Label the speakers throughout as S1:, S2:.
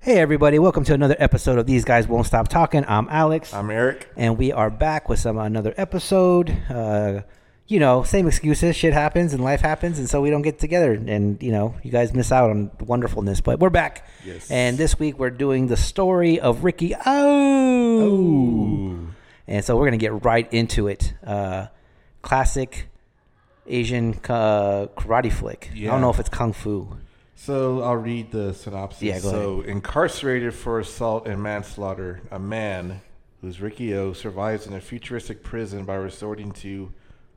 S1: Hey, everybody, welcome to another episode of These Guys Won't Stop Talking. I'm Alex,
S2: I'm Eric.
S1: and we are back with some another episode. Uh, you know, same excuses. Shit happens and life happens, and so we don't get together. And, you know, you guys miss out on wonderfulness, but we're back.
S2: Yes.
S1: And this week we're doing the story of Ricky Oh. And so we're going to get right into it. Uh, classic Asian uh, karate flick. I
S2: Yeah.
S1: don't know if it's Kung Fu.
S2: So I'll read the synopsis.
S1: Yeah, go
S2: so incarcerated for assault and manslaughter, a man who's Ricky O survives in a futuristic prison by resorting to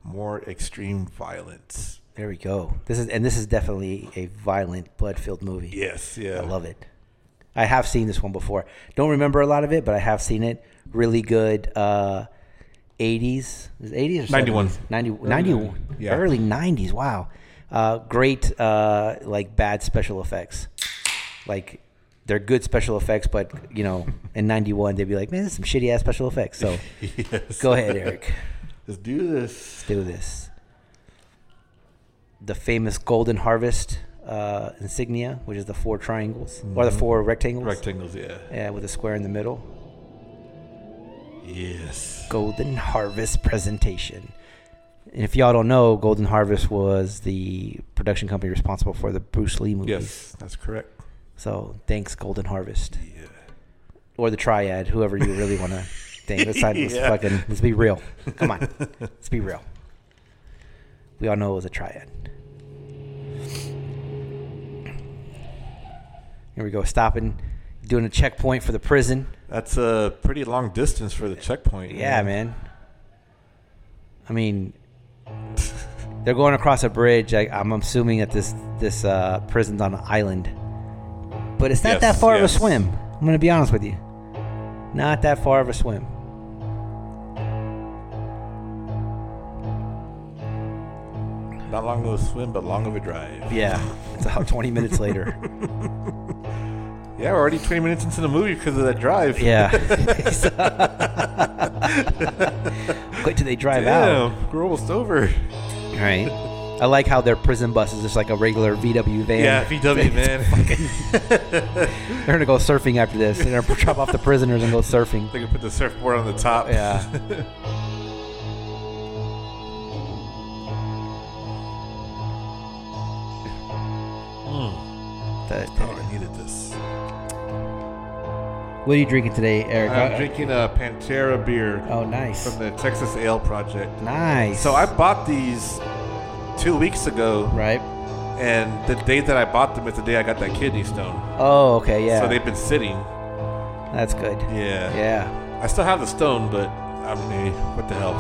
S2: more extreme violence.
S1: There we go. This is and this is definitely a violent, blood-filled movie.
S2: Yes, yeah.
S1: I love it. I have seen this one before. Don't remember a lot of it, but I have seen it. Really good. Uh, 80s, is it 80s or
S2: 91.
S1: 70s? 90, 91,
S2: Yeah.
S1: early 90s. Wow, uh, great. Uh, like bad special effects. Like they're good special effects, but you know, in '91 they'd be like, man, this is some shitty ass special effects. So
S2: Yes.
S1: go ahead, Eric,
S2: Let's do this.
S1: do this. The famous Golden Harvest uh, insignia, which is the four triangles or the four rectangles.
S2: Rectangles, yeah.
S1: Yeah, with a square in the middle.
S2: Yes.
S1: Golden Harvest presentation. And if y'all don't know, Golden Harvest was the production company responsible for the Bruce Lee movies.
S2: Yes, that's correct.
S1: So thanks, Golden Harvest,
S2: Yeah.
S1: or the Triad, whoever you really want to. Dang, let's, not- let's
S2: Yeah.
S1: fucking let's be real. Come on, let's be real. We all know it was a triad. Here we go, stopping, doing a checkpoint for the prison.
S2: That's a pretty long distance for the checkpoint.
S1: Yeah, man. I mean, they're going across a bridge. I, I'm assuming that this this uh, prison's on an island, but it's not that
S2: Yes,
S1: far of
S2: yes.
S1: a swim. I'm gonna be honest with you, not that far of a swim.
S2: Not long of a swim, but long of a drive.
S1: Yeah, it's about 20 minutes later.
S2: Yeah, we're already 20 minutes into the movie because of that drive.
S1: Yeah. Wait till they drive out.
S2: Damn, we're almost over.
S1: All right. I like how their prison bus is just like a regular VW van.
S2: Yeah, VW, man.
S1: They're gonna go surfing after this. They're gonna drop off the prisoners and go surfing.
S2: They can put the surfboard on the top.
S1: Yeah.
S2: Oh, Hmm. I needed this.
S1: What are you drinking today, Eric?
S2: I'm drinking a Pantera beer
S1: oh, nice.
S2: from the Texas Ale Project.
S1: Nice.
S2: So I bought these two weeks ago,
S1: Right.
S2: and the day that I bought them is the day I got that kidney stone.
S1: Oh, okay. Yeah.
S2: So they've been sitting.
S1: That's good.
S2: Yeah.
S1: Yeah.
S2: I still have the stone, but I'm eh, what the hell?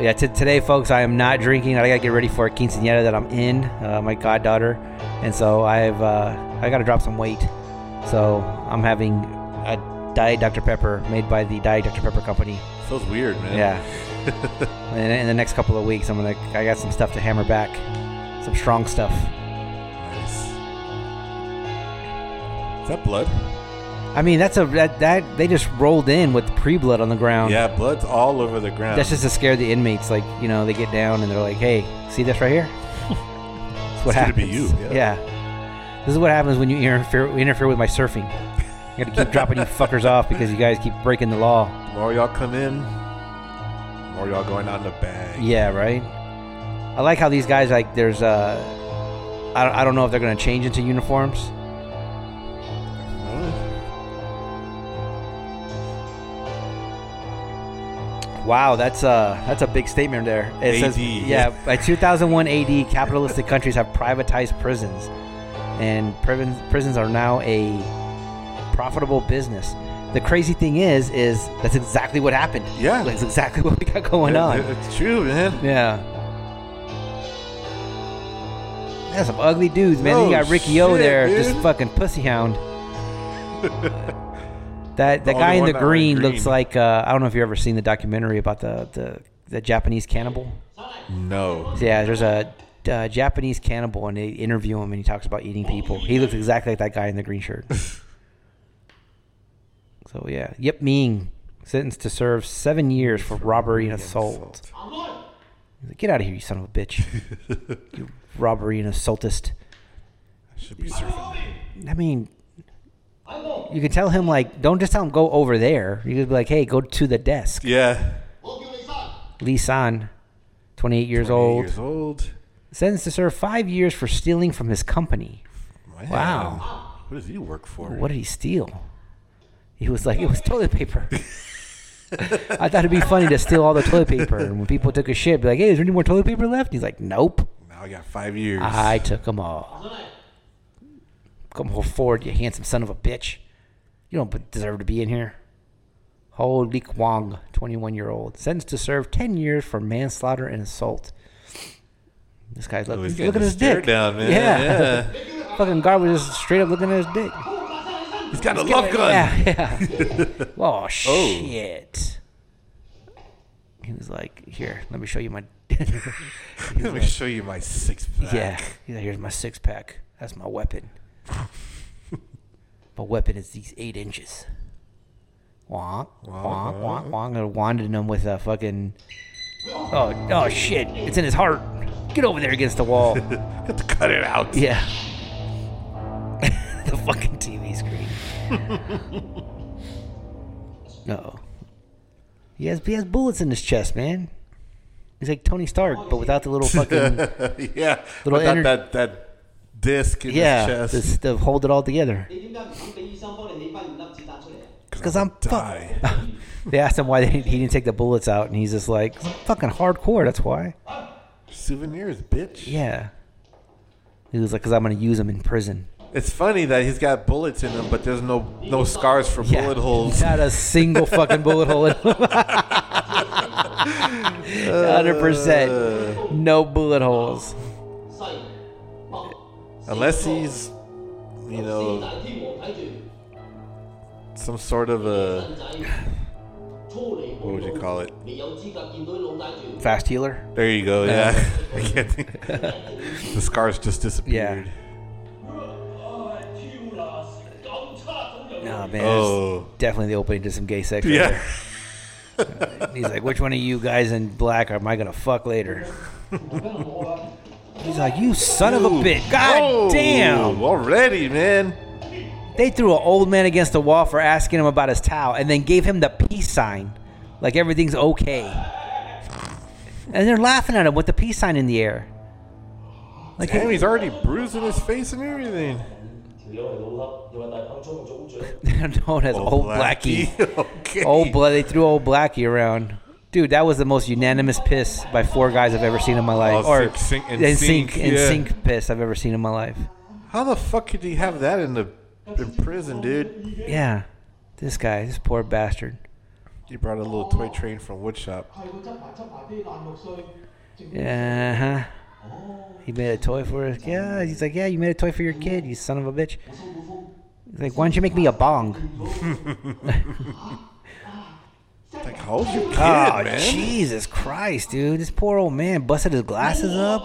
S1: Yeah. T- today, folks, I am not drinking. I gotta get ready for a quinceanera that I'm in, uh, my goddaughter, and so I've uh, I gotta drop some weight. So I'm having a Diet Dr Pepper made by the Diet Dr Pepper company.
S2: Feels weird, man.
S1: Yeah. in, in the next couple of weeks, I'm gonna. I got some stuff to hammer back, some strong stuff.
S2: Nice. Is that blood?
S1: I mean, that's a that, that they just rolled in with pre blood on the ground.
S2: yeah, blood's all over the ground.
S1: That's just to scare the inmates. Like you know, they get down and they're like, "Hey, see this right here? That's what
S2: It's gonna
S1: happens."
S2: be you,
S1: Yeah.
S2: yeah.
S1: This is what happens when you interfere interfere with my surfing. I gotta keep dropping you fuckers off because you guys keep breaking the law.
S2: The more y'all come in, the more y'all going out in the bag.
S1: Yeah, right. I like how these guys like. There's uh, I don't, I don't know if they're gonna change into uniforms.
S2: Huh?
S1: Wow, that's uh that's a big statement there. It says
S2: AD.
S1: yeah, by 2001 AD, capitalistic countries have privatized prisons, and prison, prisons are now a profitable business. The crazy thing is, is that's exactly what happened.
S2: Yeah.
S1: that's exactly what we got going
S2: It-
S1: on.
S2: it- It's true, man.
S1: Yeah. That's some ugly dudes, man. Then you
S2: Oh,
S1: got Ricky O
S2: shit,
S1: there, just
S2: dude.
S1: fucking pussy hound. That the
S2: Oh, The
S1: guy
S2: only
S1: in the
S2: one not
S1: green,
S2: wearing
S1: looks
S2: green.
S1: like uh, I don't know if you've ever seen the documentary about the the, the Japanese cannibal.
S2: No.
S1: Yeah, there's a uh, Japanese cannibal, and they interview him, and he talks about eating people. He looks exactly like that guy in the green shirt. so yeah, Yip Ming sentenced to serve seven years for robbery and assault. He's like, Get out of here, you son of a bitch! you robbery and assaultist.
S2: should be surfing.
S1: I mean, you could tell him like, don't just tell him go over there. You could be like, hey, go to the desk.
S2: Yeah.
S1: Lee San, 28 years
S2: 28
S1: old,
S2: Years old.
S1: sentenced to serve five years for stealing from his company.
S2: Man,
S1: Wow.
S2: What does he work for?
S1: What did he steal? He was like, it was toilet paper. I thought it'd be funny to steal all the toilet paper. And when people took a shit, be like, hey, is there any more toilet paper left? He's like, nope.
S2: Now I got five years.
S1: I took them all. Come forward, you handsome son of a bitch. You don't b- deserve to be in here. Ho Li Kwang, 21 year old, sentenced to serve 10 years for manslaughter and assault. This guy's look,
S2: Oh, he's
S1: look
S2: getting
S1: at his
S2: his stare
S1: dick.
S2: down, man.
S1: Yeah. Fucking guard was just straight up looking at his dick.
S2: He's got a love gun.
S1: Yeah, yeah. oh, shit. He was like, here, let me show you my.
S2: Let me show you my six pack.
S1: Yeah. He's like, here's my six pack. That's my weapon. my weapon is these eight inches. Wonk, wonk, wonk, wonk. They're wanding him with a fucking. Oh, oh shit. It's in his heart. Get over there against the wall.
S2: Have to cut it out.
S1: yeah. the fucking TV screen. no. He has, he has bullets in his chest, man. He's like Tony Stark, but without the little fucking.
S2: yeah.
S1: Little
S2: Without
S1: ener-
S2: that, that disc in
S1: Yeah,
S2: his
S1: this,
S2: chest.
S1: to hold it all together.
S3: 你點解唔肯俾醫生幫你起翻完粒子彈出嚟啊？
S1: Because I'm
S2: I'll
S1: fuck.
S2: die.
S1: They asked him why they, he didn't take the bullets out, and he's just like, "'Cause I'm fucking hardcore, that's why.
S2: Souvenirs, bitch.
S1: Yeah. He was like, because I'm going to use them in prison.
S2: It's funny that he's got bullets in him, but there's no no scars for
S1: Yeah.
S2: bullet holes.
S1: Not a single fucking bullet hole in him.
S2: Uh.
S1: 100%. No bullet holes.
S3: 西北
S2: Unless he's, you
S3: 四
S2: know,
S3: 大天王睇住
S2: some sort of a
S3: 新仔初嚟
S2: what would you
S3: 報道，
S2: call it?
S3: 你有資格見到啲老底住。
S1: Fast healer?
S2: There you
S1: Uh,
S2: go. Yeah. I can't think. the scars just disappeared.
S1: Oh, man.
S2: Oh.
S1: it's Definitely the opening to some gay sex. right
S2: Yeah.
S1: there. He's like, which one of you guys in black am I going to fuck later? He's like, you son of a bitch. God
S2: Oh,
S1: damn.
S2: Already, man.
S1: They threw an old man against the wall for asking him about his towel and then gave him the peace sign. Like everything's okay. And they're laughing at him with the peace sign in the air. Like,
S2: Damn, he's already bruising his face and everything.
S3: 條友係老笠，又話大炮裝做組長。
S1: they're known as Old Blackie.
S2: okay.
S1: Old Blood. They threw Old Blackie around. Dude, that was the most unanimous piss by four guys I've ever seen in my life.
S2: Oh,
S1: or
S2: sync- sync- and
S1: in
S2: sync,
S1: sync, in
S2: yeah.
S1: sync piss I've ever seen in my life.
S2: How the fuck could he have that in the in prison, dude?
S1: Yeah, this guy, this poor bastard.
S2: He brought a little toy train from Woodshop.
S1: Yeah, huh? Uh-huh. He made a toy for us. Yeah, he's like, yeah, you made a toy for your kid, you son of a bitch. He's like, why don't you make me a bong?
S2: Like, how old's your kid,
S1: Oh,
S2: man?
S1: Jesus Christ, dude! This poor old man busted his glasses up.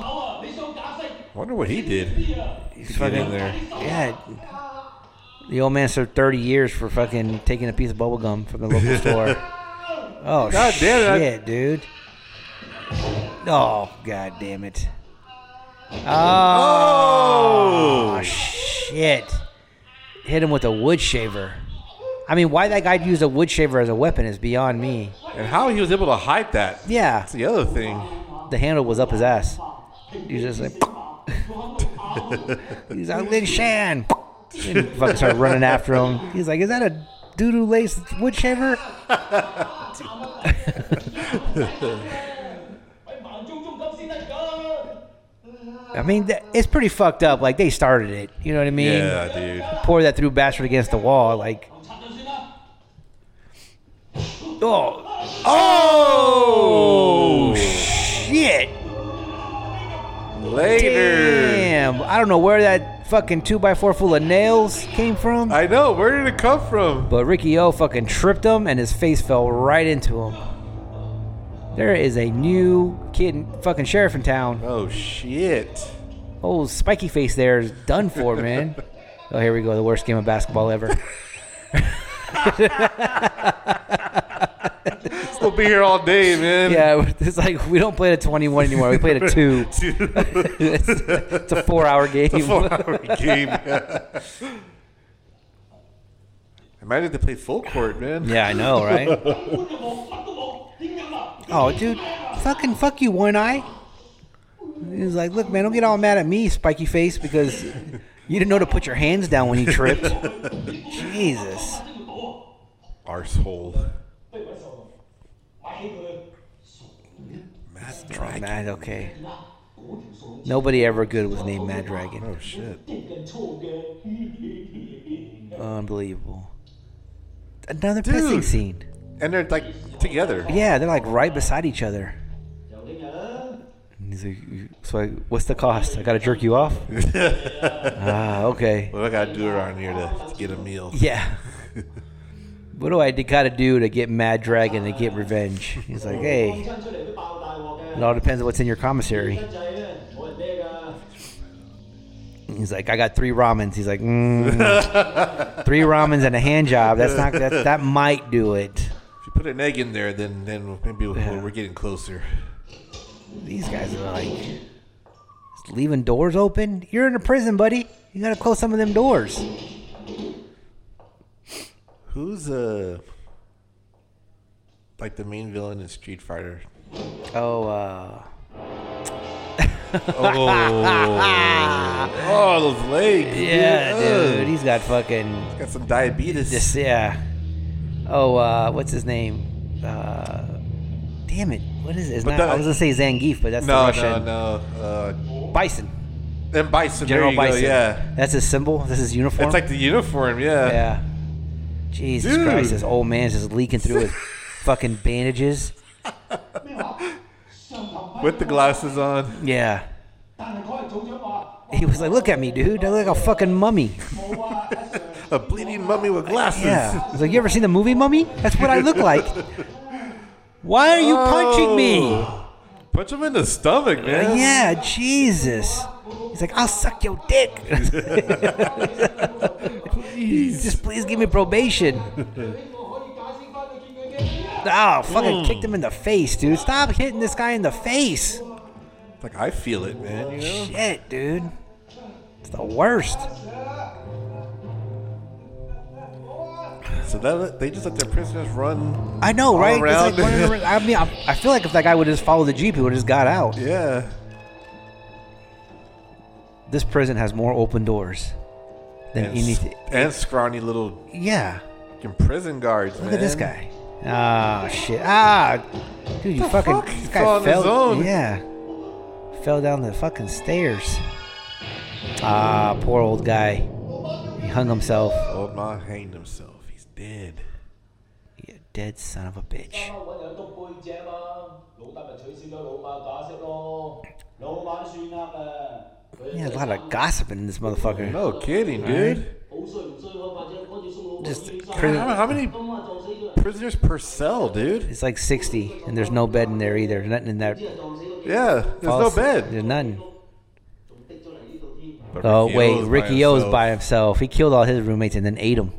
S2: Wonder what he did.
S1: He's
S2: get in there.
S1: Yeah. The old man served 30 years for fucking taking a piece of bubble gum from the local store. Oh
S2: God
S1: shit,
S2: damn it,
S1: dude! Oh god damn it! Ah.
S2: Oh,
S1: Oh shit! Hit him with a wood shaver. I mean, why that guy used a wood shaver as a weapon is beyond me.
S2: and how he was able to hide that?
S1: Yeah,
S2: That's the other thing.
S1: the handle was up his ass. He's just like, he's like Lin Shan. And fucking started running after him. He's like, is that a doo-doo lace wood shaver? I mean, that, it's pretty fucked up. Like they started it. You know what I mean?
S2: Yeah, dude.
S1: pour that through bastard against the wall, like. Oh,
S2: Oh,
S1: shit!
S2: later.
S1: Damn! I don't know where that fucking two by four full of nails came from,
S2: I know. Where did it come from?
S1: but Ricky O fucking tripped him, and his face fell right into him. There is a new kid, fucking sheriff in town.
S2: Oh shit.
S1: Old spiky face there is done for, man. Oh, here we go. The worst game of basketball ever.
S2: Well, be here all day, man.
S1: Yeah, it's like we don't play at 21 anymore. We played at 2. it's, it's a four hour game.
S2: It's a four-hour game. Imagine if they played full court, man.
S1: yeah, I know, right?
S3: 搬咗我，乜都冇，點入啊？
S1: Oh, dude, fucking fuck you, one eye. He's like, look, man, don't get all mad at me, spiky face, because you didn't know to put your hands down when you tripped. Jesus.
S3: 呢個賭啊，
S2: Arsehole.
S3: 不如揾上龍買起佢，傻嘅
S2: Matt
S1: Oh,
S2: Dragon.
S1: man, okay.
S3: 啦，嗰條數
S1: Nobody ever good was named Mad Dragon.
S2: Oh, shit.
S3: 定緊錯嘅，
S1: Unbelievable. Another
S2: Dude.
S1: pissing scene.
S2: And they're like together.
S1: Yeah, they're like right beside each other.
S3: 由你啦。
S1: And he's like, so I, what's the cost? I gotta jerk you off? ah, okay.
S2: What do I gotta do around here to get a meal?
S1: Yeah. what do I d- gotta do to get Mad Dragon to get revenge? He's like, hey,
S3: 親出嚟都爆大鑊
S1: it
S3: 嘅，
S1: all depends on what's in your commissary.
S3: 親仔咧冇人孭㗎。
S1: He's like, I got three ramens. He's like, mm, three ramens and a hand job. That's not that. That might do it.
S2: If you put an egg in there, then then maybe we're,
S1: Yeah.
S2: we're getting closer.
S1: These guys are like just leaving doors open. You're in a prison, buddy. You gotta close some of them doors.
S2: Who's uh like the main villain in Street Fighter?
S1: Oh, uh,
S2: Oh, oh those legs.
S1: yeah,
S2: Ugh.
S1: dude. He's got fucking
S2: Got some diabetes.
S1: This, yeah. Oh, uh, what's his name? Uh, damn it. What is it? It's
S2: But
S1: not,
S2: that-
S1: I was going to say Zangief, but that's the
S2: no, no,
S1: Russian.
S2: no. Uh,
S1: Bison.
S2: and Bison.
S1: General
S2: there you
S1: Bison.
S2: Go, yeah.
S1: That's his symbol. That's his uniform.
S2: It's like the uniform, yeah.
S1: yeah. Jesus
S2: Dude.
S1: Christ. This old man's just leaking through his fucking bandages.
S2: With the glasses on.
S1: Yeah.
S3: 但係嗰日組長話
S1: He was like, look at me, dude. I look like a fucking mummy.
S3: 冇啊，阿 Sir，
S2: A bleeding mummy with glasses.
S1: Yeah. He's like, you ever seen the movie Mummy? That's what I look like. Why are you punching me?
S2: Oh. Punch him in the stomach, man.
S1: Uh, Yeah, Jesus. He's like, I'll suck your dick. please. Just please give me probation.
S3: 你我可以解釋翻你見佢嘅。
S1: Oh, fucking kicked him in the face, dude. Stop hitting this guy in the face.
S2: It's like I feel it, man. You know.
S1: Shit, dude. It's the worst.
S2: So that they just let their prisoners run.
S1: I know, right? It's like
S2: around.
S1: running around- I mean, I, I feel like if that guy would just follow the Jeep, he would have just got out.
S2: Yeah.
S1: This prison has more open doors than
S2: And, s-
S1: anything.
S2: and scrawny little
S1: Yeah.
S2: fucking prison guards, man.
S1: Look at this guy. Ah, shit. Ah, dude, you fucking.
S2: fuck?
S1: This
S2: He
S1: guy
S2: fell on his
S1: fell.
S2: own.
S1: Yeah, fell down the fucking stairs. Ah, poor old guy. He hung himself.
S2: Old man hanged himself. He's dead.
S1: You dead son of a bitch.
S3: 揾人督背脊啊嘛，老大咪取消咗老馬解釋咯，老馬算呃啊。
S1: Yeah, a lot of gossiping in this motherfucker.
S2: No kidding, dude.
S3: 好衰唔衰開發啫，趕住送老
S1: Just
S3: 馬
S1: prison-
S2: How, how many
S3: 今晚撞死咗人，
S2: prisoners per cell, dude?
S1: It's like 60, and there's no bed in there either. Nothing in that.
S3: 啲人撞死咗幾個，
S2: Yeah, there's no
S1: false-
S2: bed.
S1: There's nothing.
S3: 仲滴咗嚟呢度添。
S2: But
S1: Oh
S2: Ricky
S1: wait,
S2: O's by
S1: Ricky O's
S2: himself.
S1: by himself. He killed all his roommates and then ate them.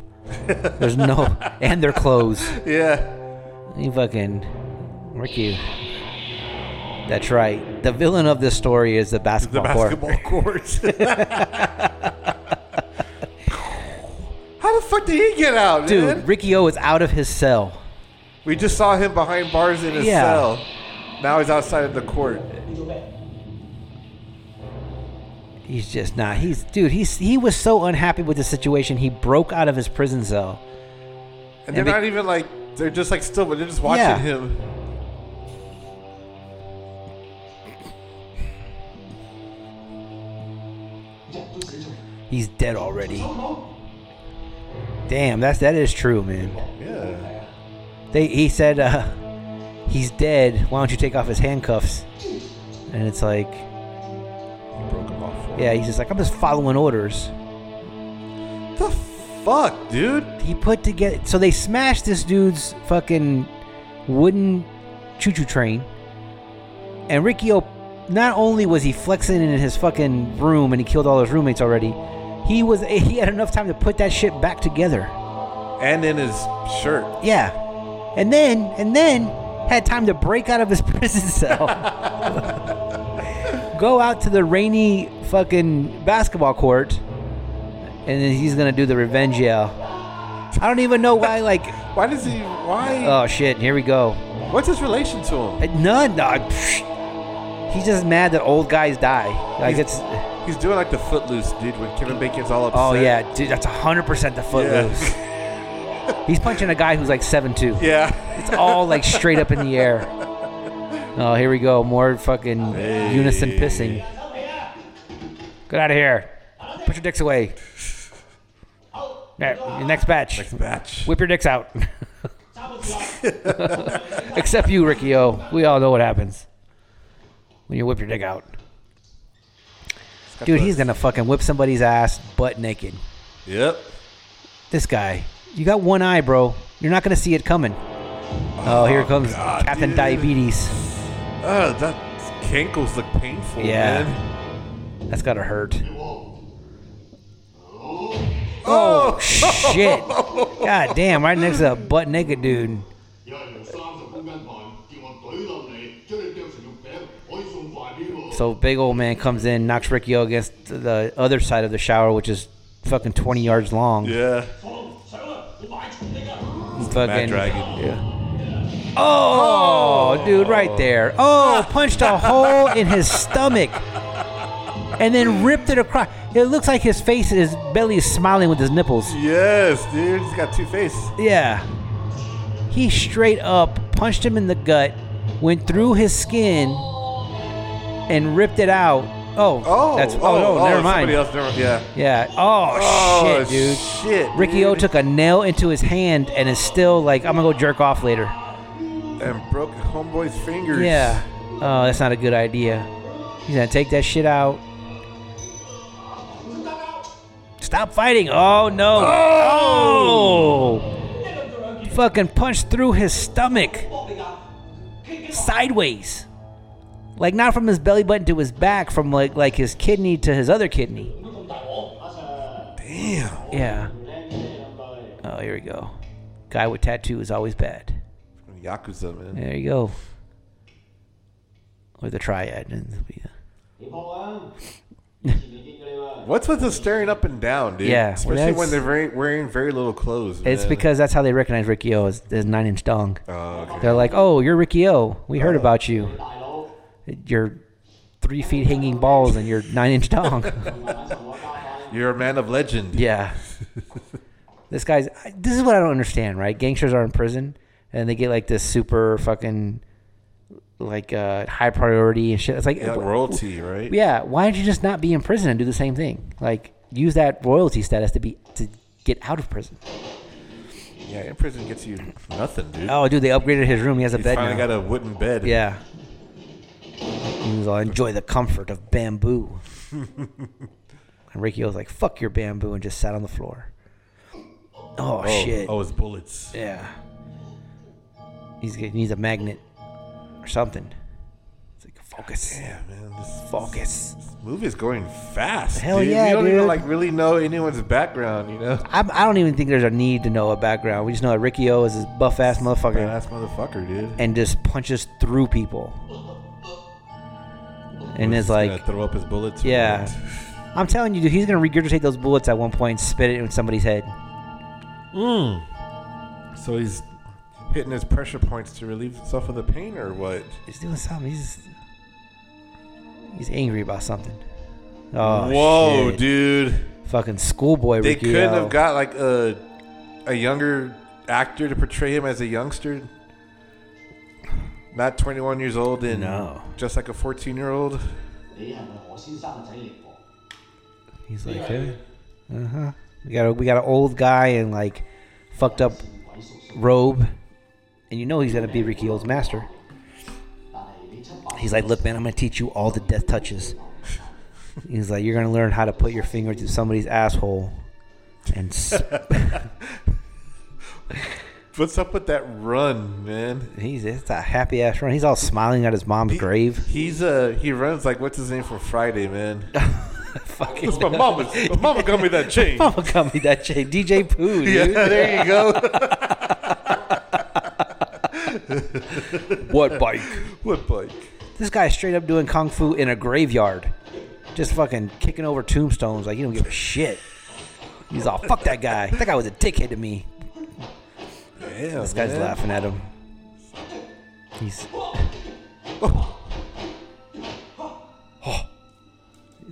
S1: There's no, and their clothes.
S2: Yeah.
S1: You fucking Ricky. That's right. The villain of this story is the
S2: The
S1: basketball, court.
S2: basketball court. How the fuck did he get out,
S1: Dude,
S2: man?
S1: Ricky O is out of his cell.
S2: We just saw him behind bars in his
S1: Yeah.
S2: cell. Now he's outside of the court.
S1: He's just not. He's dude. He's he was so unhappy with the situation. He broke out of his prison cell.
S2: And they're
S1: And they-
S2: not even like they're just like still they're just watching
S1: Yeah.
S2: him.
S1: He's dead already. Damn, that's that is true, man.
S2: Yeah.
S1: They he said uh, he's dead. Why don't you take off his handcuffs? And it's like,
S2: He broke him off.
S1: yeah, he's just like I'm just following orders.
S2: What the fuck, dude?
S1: he put together so they smashed this dude's fucking wooden choo-choo train and riccio not only was he flexing in his fucking room and he killed all his roommates already he was he had enough time to put that shit back together
S2: And in his shirt.
S1: yeah and then and then had time to break out of his prison cell, go out to the rainy fucking basketball court, and then he's gonna do the revenge yell. I don't even know why. Like,
S2: Why does he? Why?
S1: oh shit, here we go.
S2: what's his relation to him?
S1: Uh, None. Uh, pfft. he's just mad that old guys die. Like
S2: He's-
S1: it's.
S2: He's doing like the Footloose dude when Kevin Bacon's all upset.
S1: Oh yeah, dude, that's hundred percent the footloose. he's punching a guy who's like seven two.
S2: Yeah.
S1: It's all like straight up in the air. Oh, here we go. More fucking unison
S2: Hey.
S1: pissing. Get out of here. Put your dicks away. There, your next batch.
S2: Next batch.
S1: Whip your dicks out. Except you, Ricky O. We all know what happens when you whip your dick out. Dude, he's gonna fucking whip somebody's ass butt naked.
S2: Yep.
S1: This guy. You got one eye, bro. You're not gonna see it coming. Oh, here comes
S2: God,
S1: Captain
S2: dude.
S1: Diabetes.
S2: Oh, that cankles look painful.
S1: Yeah.
S2: Man.
S1: That's gotta hurt.
S2: Oh.
S1: Shit. God damn, right next to a butt naked dude.
S4: 有人用三十公斤糖叫我懟冧你，將你剁成肉餅，可以送快啲喎。
S1: So big old man comes in, knocks Ricky O against the other side of the shower, which is fucking 20 yards long.
S2: Yeah.
S4: 上啦，我買重你㗎。
S1: Fucking
S2: Mad Dragon.
S1: Yeah. Oh, dude, right there. Oh, punched a hole in his stomach and then ripped it across. It looks like his face, his belly is smiling with his nipples.
S2: Yes, dude. He's got two face.
S1: Yeah. He straight up punched him in the gut, went through his skin, and ripped it out. Oh,
S2: Oh.
S1: that's oh, no, never mind.
S2: Somebody else. Never, yeah.
S1: Yeah. Oh,
S2: Oh,
S1: shit, dude.
S2: shit,
S1: Ricky
S2: dude.
S1: O took a nail into his hand and is still like, I'm gonna go jerk off later.
S2: And broke homeboy's fingers.
S1: Yeah. Oh, that's not a good idea. He's gonna take that shit out. Stop fighting! Oh no! Oh! Fucking punched through his stomach. Sideways. Like not from his belly button to his back, from like like his kidney to his other kidney.
S2: Damn.
S1: Yeah. Oh, here we go. Guy with tattoo is always bad.
S2: Yakuza, man.
S1: There you go. Or the triad. and it'll be-
S3: Đi Paul á. Chị bị kinh ghê mà.
S2: What's with the staring up and down, dude?
S1: Yeah,
S2: Especially
S1: well,
S2: when
S1: that's-
S2: they're very, wearing very little clothes.
S1: It's
S2: man.
S1: because that's how they recognize Ricky O as, as Nine Inch Dong.
S2: Oh, okay.
S1: They're like, oh, you're Ricky O. We heard about you.
S3: Đại lộ.
S1: Your three feet hanging balls and your Nine Inch Dong.
S3: Mà bán sòng quá cao tay.
S2: You're a man of legend.
S1: yeah. This guy's. I- This is what I don't understand, right? Gangsters are in prison and they get like this super fucking like uh, high priority and shit. It's like,
S2: Yeah, like
S1: wh-
S2: royalty, right?
S1: yeah, why don't you just not be in prison and do the same thing? Like, use that royalty status to be to get out of prison.
S2: Yeah, in prison gets you nothing, dude.
S1: Oh, dude, they upgraded his room. He has a
S2: He
S1: bed
S2: finally
S1: now.
S2: got a wooden bed.
S1: Yeah. He was all, enjoy the comfort of bamboo. and Ricky was like, fuck your bamboo, and just sat on the floor. Oh,
S2: Oh,
S1: shit.
S2: Oh, it's bullets.
S1: Yeah. He's, he needs a magnet or something. It's like, focus.
S2: Yeah, man. This,
S1: Focus.
S2: this movie is going fast.
S1: Hell
S2: dude.
S1: yeah,
S2: We don't
S1: dude.
S2: even like really know anyone's background, you know?
S1: I'm, I don't even think there's a need to know a background. We just know that Ricky O is this buff ass motherfucker
S2: Badass motherfucker, dude.
S1: and just punches through people. And
S2: He's
S1: it's
S2: gonna
S1: like,
S2: throw up his bullets.
S1: Yeah. I'm telling you, dude, he's gonna regurgitate those bullets at one point, and spit it in somebody's head.
S2: Hmm. So he's hitting his pressure points to relieve himself of the pain, or what?
S1: He's doing something. He's he's angry about something. Oh,
S2: Whoa,
S1: shit.
S2: dude!
S1: Fucking schoolboy.
S2: They
S1: Ricky
S2: couldn't
S1: O.
S2: have got like a a younger actor to portray him as a youngster. Not 21 years old and
S1: No.
S2: just like a 14 year old.
S3: Để hành là họ xin sang chạy liền bỏ.
S1: He's like, uh huh. We got a, we got an old guy in like fucked up
S3: Quẩy sụp sụp.
S1: robe, and you know he's gonna be Ricky O's master.
S3: Tại này bị thất bại.
S1: He's like, look, man, I'm gonna teach you all the death touches. He's like, you're gonna learn how to put your finger through somebody's asshole, and s-
S2: What's up with that run, man?
S1: he's it's a happy ass run. He's all smiling at his mom's grave.
S2: He's uh he runs like what's his name from Friday, man.
S1: Fucking
S2: It's my mama's. My mama got me that chain.
S1: Mama got me that shit. DJ Pooh, dude.
S2: Yeah, there you go.
S1: What bike?
S2: What bike?
S1: This guy's straight up doing kung fu in a graveyard. Just fucking kicking over tombstones like you don't give a shit. He's all fuck that guy. That guy was a dickhead to me.
S2: Damn,
S1: This guy's
S2: man.
S1: laughing at him. He's Oh.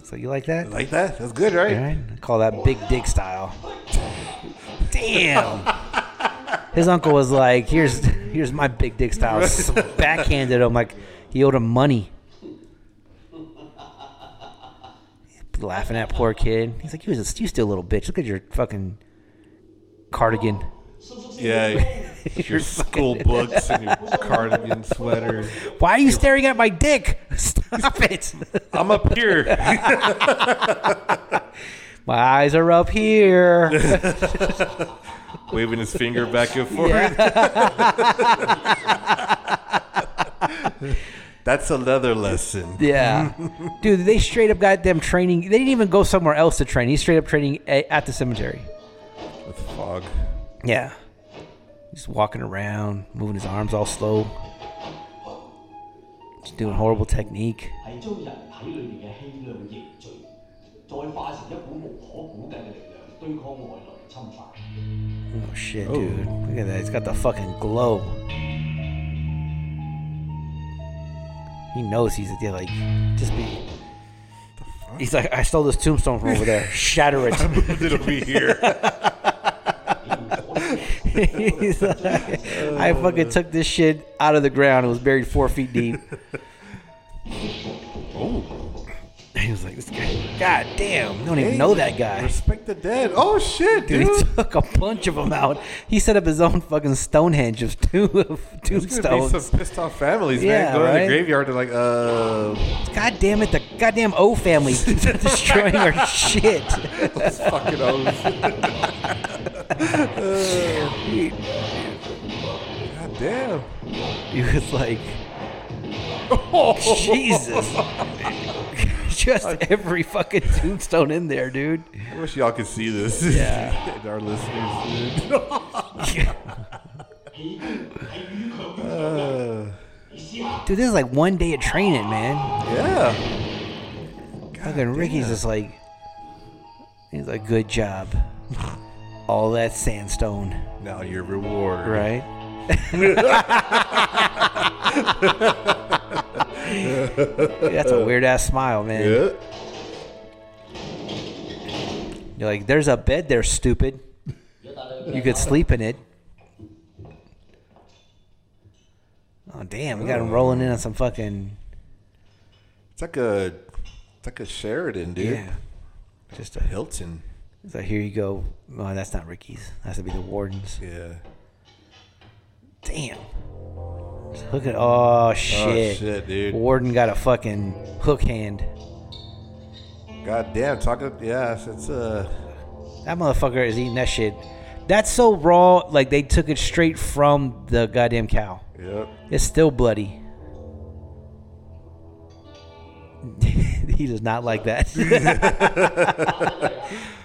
S1: So you like that?
S2: Like that? That's good, right?
S1: All right. I call that big dick style. Damn. His uncle was like, "Here's here's my big dick style." S- Backhanded him like he owed him money. Laughing at poor kid. He's like, "You was a, you still a little bitch. Look at your fucking cardigan."
S2: Yeah. your school books and your cardigan sweater.
S1: Why are you staring at my dick? Stop it.
S2: I'm up here.
S1: My eyes are up here.
S2: Waving his finger back and forth. That's another lesson.
S1: Yeah, dude, they straight up got them training. They didn't even go somewhere else to train. He's straight up training a- at the cemetery.
S2: With fog.
S1: Yeah, he's walking around, moving his arms all slow, just doing horrible technique.
S3: 係將人體裏面嘅氣量凝聚，再化成一股無可估計嘅力量，對抗外來嘅侵犯。
S1: Oh shit, dude! Look at that. He's got the fucking glow. He knows he's a deal. Like, just be. He's like, I stole this tombstone from over there. Shatter it.
S2: It'll be here.
S1: He's like, I
S2: Oh,
S1: fucking took this shit out of the ground. It was buried four feet deep. He was like, this guy, God damn, you don't even know that guy.
S2: Respect the dead. Oh shit,
S1: Dude,
S2: dude.
S1: he took a bunch of them out. He set up his own fucking Stonehenge of two of
S2: There's gonna be
S1: tombstones.
S2: some pissed off families,
S1: Yeah,
S2: man, going to
S1: right?
S2: the graveyard and like, uh,
S1: God damn it, the goddamn O family destroying our shit.
S2: those fucking O's.
S1: He,
S2: God damn.
S1: he was like, Jesus. Just every fucking tombstone in there, dude.
S2: I wish y'all could see this.
S1: Yeah.
S2: And our listeners. dude. Uh,
S1: Dude, this is like one day of training, man.
S2: yeah.
S1: Fucking Ricky's just like, he's like, good job. All that sandstone,
S2: Now your reward.
S1: right? That's a weird ass smile, man.
S2: Yeah.
S1: You're like, there's a bed there, stupid. You could sleep in it. Oh, damn. We got him rolling in on some fucking.
S2: It's like a, it's like a Sheridan, dude.
S1: Yeah. Just a.
S2: Hilton.
S1: So here you go. Oh, that's not Ricky's. That's to be the warden's.
S2: Yeah.
S1: Damn. Look at oh shit.
S2: shit, dude.
S1: Warden got a fucking hook hand.
S2: God damn. Talking. Yeah. It's, it's uh.
S1: That motherfucker is eating that shit. That's so raw. Like they took it straight from the goddamn cow.
S2: Yep.
S1: It's still bloody. he does not like that.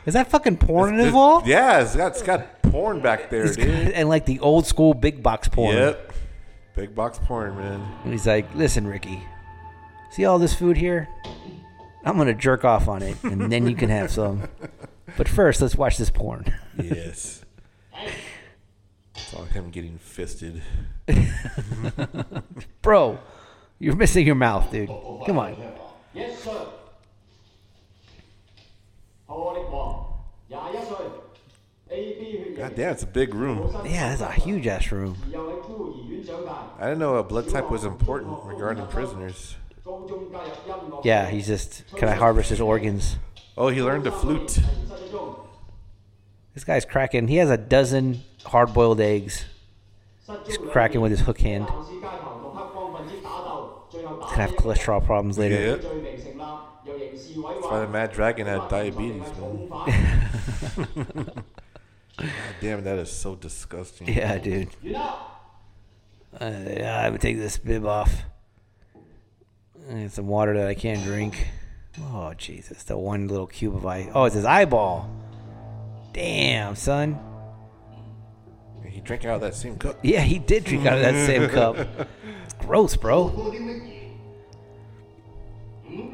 S1: is that fucking porn in his wall?
S2: Yeah. It's got, it's got porn back there,
S1: He's got-
S2: dude.
S1: and like the old school big box porn.
S2: Yep. Big box porn, man.
S1: And he's like, listen, Ricky, see all this food here? I'm going to jerk off on it, and then you can have some. But first, let's watch this porn.
S2: Yes. it's all him getting fisted.
S1: Bro, you're missing your mouth, dude. Come on.
S3: Yes sir，何力王廿一歲，A B 血型，
S1: Dạ,
S2: God damn. It's a big room.
S3: 身
S1: Yeah, that's a huge ass room.
S3: 又喺孤兒院長大，
S2: I didn't know a blood type was important regarding prisoners.
S3: 高中加入音樂，
S1: Yeah, he's just, can I harvest his organs?
S2: Oh, he learned the flute.
S3: 失蹤，
S1: This guy's cracking. He has a dozen hard boiled eggs.
S3: 失蹤
S1: Cracking with his hook hand.
S3: 鬧市街頭同黑幫分子打鬥，最後打
S1: Can have cholesterol problems later.
S2: Yeah.
S3: 罪名成立，又刑事毀
S2: Why the
S3: 壞，
S2: Mad Dragon had diabetes, man.
S3: 重犯。
S2: God damn, that is so disgusting.
S1: Yeah, dude.
S3: You know.
S1: Uh, yeah, I would take this bib off. And some water that I can't drink. Oh Jesus, the one little cube of ice. Oh, it's his eyeball. Damn, son.
S2: He He drank out of that same cup.
S1: Yeah, he did drink out of that same cup. It's gross, bro.
S4: 嗰啲乜嘢？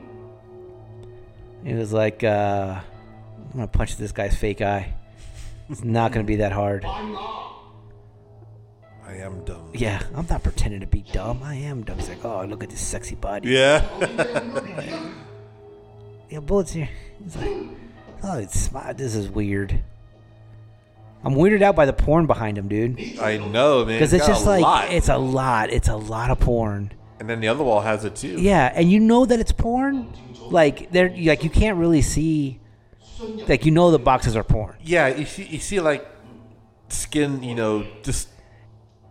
S1: He was like, uh, I'm gonna punch this guy's fake eye. It's not gonna be that hard.
S4: 扮馬。
S2: I am dumb.
S1: Yeah, I'm not pretending to be dumb. I am dumb. He's like, oh, look at this sexy body.
S2: Yeah.
S1: Yeah, bullets here. He's like, oh, it's this is weird. I'm weirded out by the porn behind him, dude.
S2: I know, man.
S1: Because it's
S2: got
S1: just
S2: a
S1: like
S2: lot.
S1: it's a lot. It's a lot of porn.
S2: and then the other wall has it too.
S1: Yeah, and you know that it's porn. Like there, like you can't really see. Like you know the boxes are porn.
S2: Yeah, you see, you see, like skin, you know, just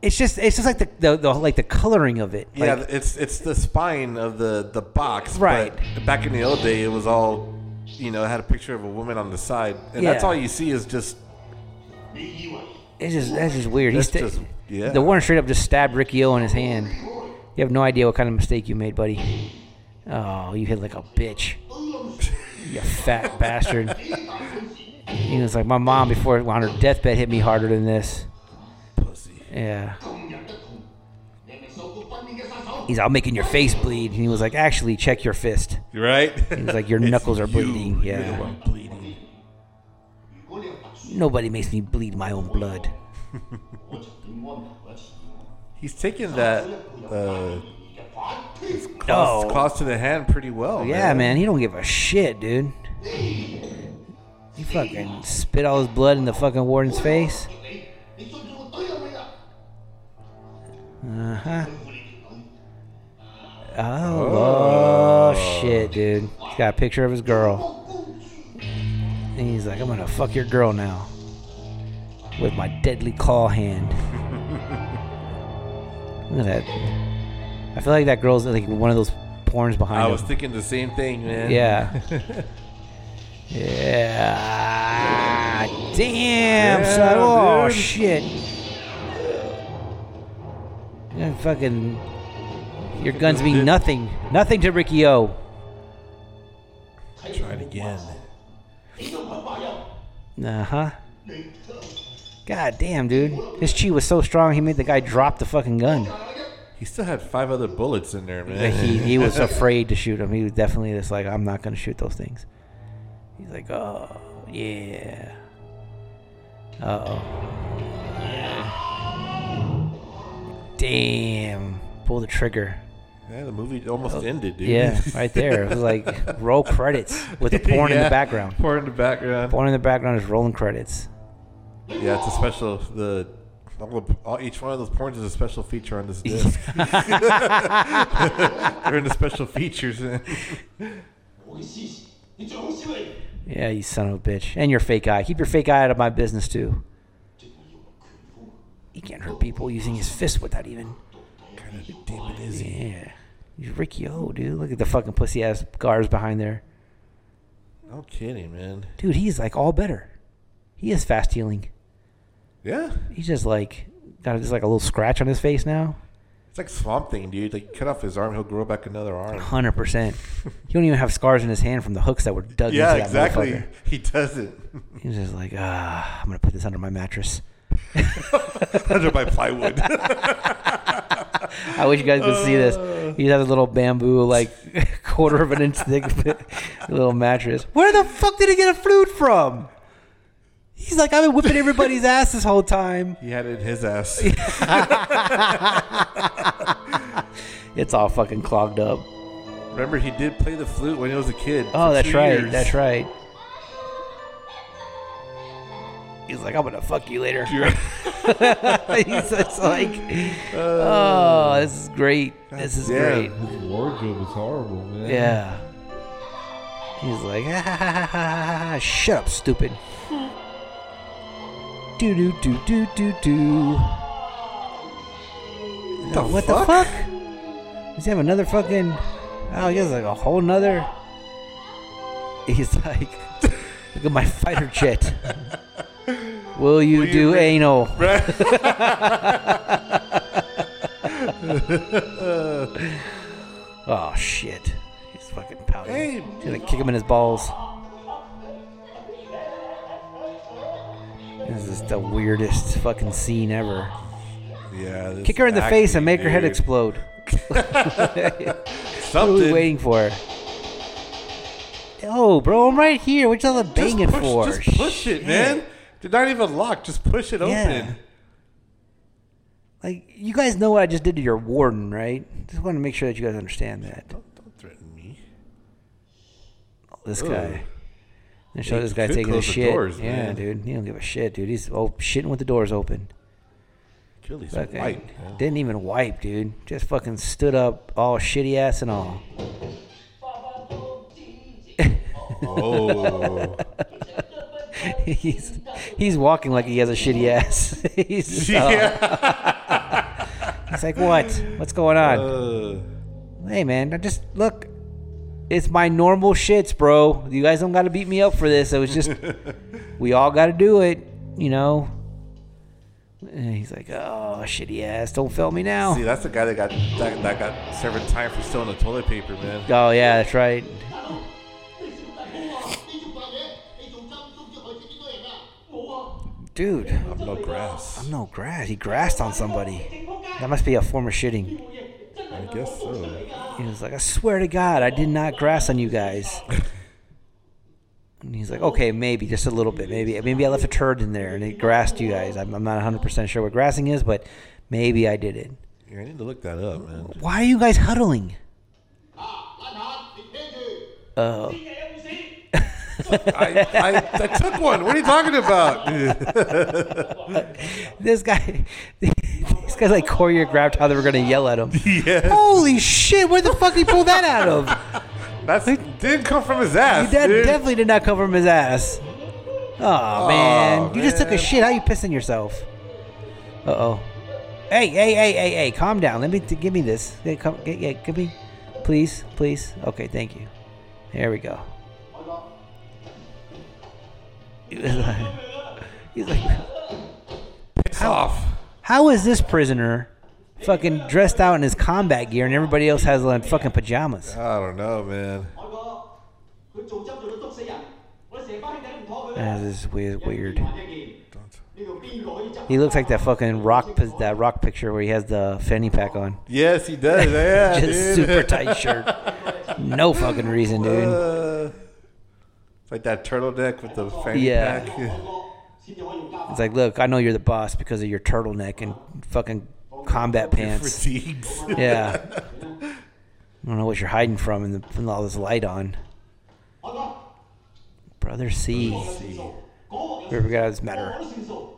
S1: It's just, it's just like the, the, the like the coloring of it.
S2: yeah,
S1: Like,
S2: it's it's the spine of the the box.
S1: Right.
S2: But back in the old day, it was all, you know, it had a picture of a woman on the side, and that's
S1: Yeah.
S2: all you see is just
S1: it's just that's just weird. He's
S2: That's just- yeah.
S1: The Warren straight up just stabbed Ricky O in his hand. You have no idea what kind of mistake you made, buddy. Oh, you hit like a bitch. You fat bastard. He was like, my mom before on her deathbed hit me harder than this.
S2: pussy.
S1: Yeah.
S4: 今日的痛，你係咪受過訓練嘅殺手？
S1: He's all making your face bleed. And he was like, actually, check your fist.
S2: Right.
S1: He was like, your knuckles are bleeding.
S2: You're the
S1: Yeah.
S2: one bleeding.
S4: 如果你有特殊，
S1: Nobody makes me bleed my own blood.
S4: 我曾經安排過一次，
S2: He's taking that uh,
S4: 而家反天。
S2: claws,
S1: Oh.
S2: claws to the hand pretty well.
S1: Yeah, man, he don't give a shit, dude. He fucking spit all his blood in the fucking warden's face.
S4: 你你信唔信我懟冧你啊？
S1: Uh huh.
S4: 我哋條女
S1: Oh, oh, shit, dude. He's got a picture of his girl.
S4: 我公主，
S1: And he's like, I'm gonna fuck your girl now. With my deadly claw hand. Look at that. I feel like that girl's like one of those porns behind
S2: I
S1: him.
S2: was thinking the same thing, man.
S1: Yeah. yeah. Damn,
S2: Yeah,
S1: son. Oh,
S2: dude.
S1: shit. Yeah, fucking. Your guns mean nothing. Nothing to Ricky O.
S2: Try it again.
S4: 你都唔怕有，
S1: Uh huh.
S4: 你得
S1: God damn, dude. His chi was so strong, he made the guy drop the fucking gun.
S4: 係一。
S2: He still had five other bullets in there,
S1: Like,
S2: man.
S1: he, he was afraid to shoot him. He was definitely just like, I'm not going to shoot those things. He's like, oh, yeah. Uh oh. Damn. Pull the trigger.
S2: yeah, the movie almost ended, dude.
S1: Yeah, right there. It was like roll credits with the porn in
S2: Yeah,
S1: the background.
S2: Porn in the background.
S1: Porn in the background is rolling credits.
S2: Yeah, it's a special. The all, the- all- each one of those porns is a special feature on this disc. They're in the special features. man.
S4: 我嘅私事，你最好少嚟。
S1: Yeah, you son of a bitch. And your fake eye. Keep your fake eye out of my business, too. He can't hurt people using his fist without even.
S2: kind of damn it is he?
S1: Yeah. He's Ricky O, oh, dude. Look at the fucking pussy ass guards behind there.
S2: No kidding, man.
S1: Dude, he's like all better. He is fast healing.
S2: Yeah,
S1: He's just like got just like a little scratch on his face now.
S2: it's like Swamp Thing, dude. Like cut off his arm, he'll grow back another arm.
S1: Hundred percent. He don't even have scars in his hand from the hooks that were dug
S2: Yeah,
S1: into that
S2: exactly.
S1: motherfucker.
S2: He doesn't
S1: He's just like, ah, I'm gonna put this under my mattress.
S2: under my plywood.
S1: I wish you guys could see this. He has a little bamboo, like quarter of an inch thick little mattress. Where the fuck did he get a flute from? He's like, I've been whipping everybody's ass this whole time.
S2: he had it in his ass.
S1: It's all fucking clogged up.
S2: Remember, he did play the flute when he was a kid.
S1: Oh,
S2: for
S1: that's
S2: two
S1: right.
S2: years.
S1: That's right. He's like, I'm gonna fuck you later. He's just like, Uh. oh, this is great. This is
S2: Damn,
S1: great.
S2: His wardrobe was horrible, man.
S1: Yeah. He's like, ah, ha, ha, ha, ha, ha, ha, shut up, stupid. Do do do do do do.
S2: The
S1: what
S2: fuck?
S1: the fuck? Does he have another fucking? Oh, he has like a whole nother. He's like, look at my fighter jet. Will you
S2: Will you
S1: do
S2: re-
S1: anal? oh shit! He's fucking pouting.
S2: Hey.
S1: He's gonna kick him in his balls. This is just the weirdest fucking scene ever.
S2: Yeah. this
S1: Kick her in the face and
S2: acting,
S1: make her head
S2: dude.
S1: explode. What are
S2: Something.
S1: we waiting for? Oh, bro, I'm right here. What y'all
S2: Just
S1: banging
S2: push-
S1: for?
S2: Just push it,
S1: Shit.
S2: man. They're not even locked. Just push it
S1: Yeah.
S2: open.
S1: Like, you guys know what I just did to your warden, right? Just want to make sure that you guys understand that.
S2: Don't, don't threaten me.
S1: This
S2: Ugh.
S1: guy. And show
S2: You
S1: this guy
S2: could
S1: taking a
S2: close the
S1: shit.
S2: doors,
S1: yeah,
S2: man.
S1: dude. He don't give a shit, dude. He's oh shitting with the doors open.
S2: Achilles
S1: Fucking
S2: white. man.
S1: Didn't even wipe, dude. Just fucking stood up, all shitty ass and all.
S2: Oh.
S1: he's he's walking like he has a shitty ass. he's, just, uh,
S2: yeah.
S1: he's like, what? What's going on?
S2: Uh,
S1: Hey man, I just look. It's my normal shits, bro. You guys don't got to beat me up for this. It was just we all got to do it, you know. And he's like, "Oh, shitty ass, don't film me now."
S2: see, that's the guy that got that, that got severed time for stealing the toilet paper, man.
S1: Oh yeah, that's right.
S4: 大佬，你做大佬啊？你做乜嘢？你做針中咗害死幾多人啊？冇啊！
S1: Dude,
S2: I'm no grass.
S1: I'm no grass. He grassed on somebody. That must be a form of shitting.
S2: I guess so.
S1: He was like, I swear to God, I did not grass on you guys. And he's like, okay, maybe, just a little bit. Maybe maybe I left a turd in there and it grassed you guys. I'm, I'm not 100% sure what grassing is, but maybe I did it.
S2: Yeah, I need to look that up, man.
S1: Why are you guys huddling?
S4: 啊，懶下，你聽住。
S1: Uh,
S4: 你嘅有事。
S2: I, I, I took one. What are you talking about?
S1: this guy, this guy's like choreographed how they were going to yell at him.
S2: yeah,
S1: Holy shit, where the fuck did he pull that out of?
S2: that's didn't come from his ass.
S1: That
S2: dude.
S1: definitely did not cover him his ass. Oh, man. You just took a
S2: man.
S1: shit. How you pissing yourself? Uh oh. Hey, hey, hey, hey, hey, calm down. Let me t- give me this. Hey, come, get, yeah, give me, please, please. Okay, thank you. Here we go. He was like, he's like,
S2: Piss off.
S1: how is this prisoner fucking dressed out in his combat gear and everybody else has like fucking pajamas?
S2: I don't know, man.
S3: 海哥，佢做針做到篤死人，我哋成班兄弟都唔妥佢
S1: That
S3: 啦。
S1: is weird. weird.
S3: 呢
S2: Don't.
S3: 度邊個可以執？
S1: He looks like that fucking rock pi- that rock picture where he has the fanny pack on.
S2: Yes, he does. Yeah,
S1: Just
S2: dude.
S1: super tight shirt. No fucking reason, dude.
S2: Uh, it's like that turtleneck with the fanny
S1: Yeah.
S2: pack.
S3: 先至可以用家法。
S1: It's like, look, I know you're the boss because of your turtleneck and fucking combat pants.
S2: Fatigues.
S1: Yeah. I don't know what you're hiding from in, the, in all this light on.
S3: 海哥，
S1: Brother C.
S3: 我有算數，嗰個
S1: We
S3: 有
S1: got this
S3: 我
S1: matter.
S3: 都算數。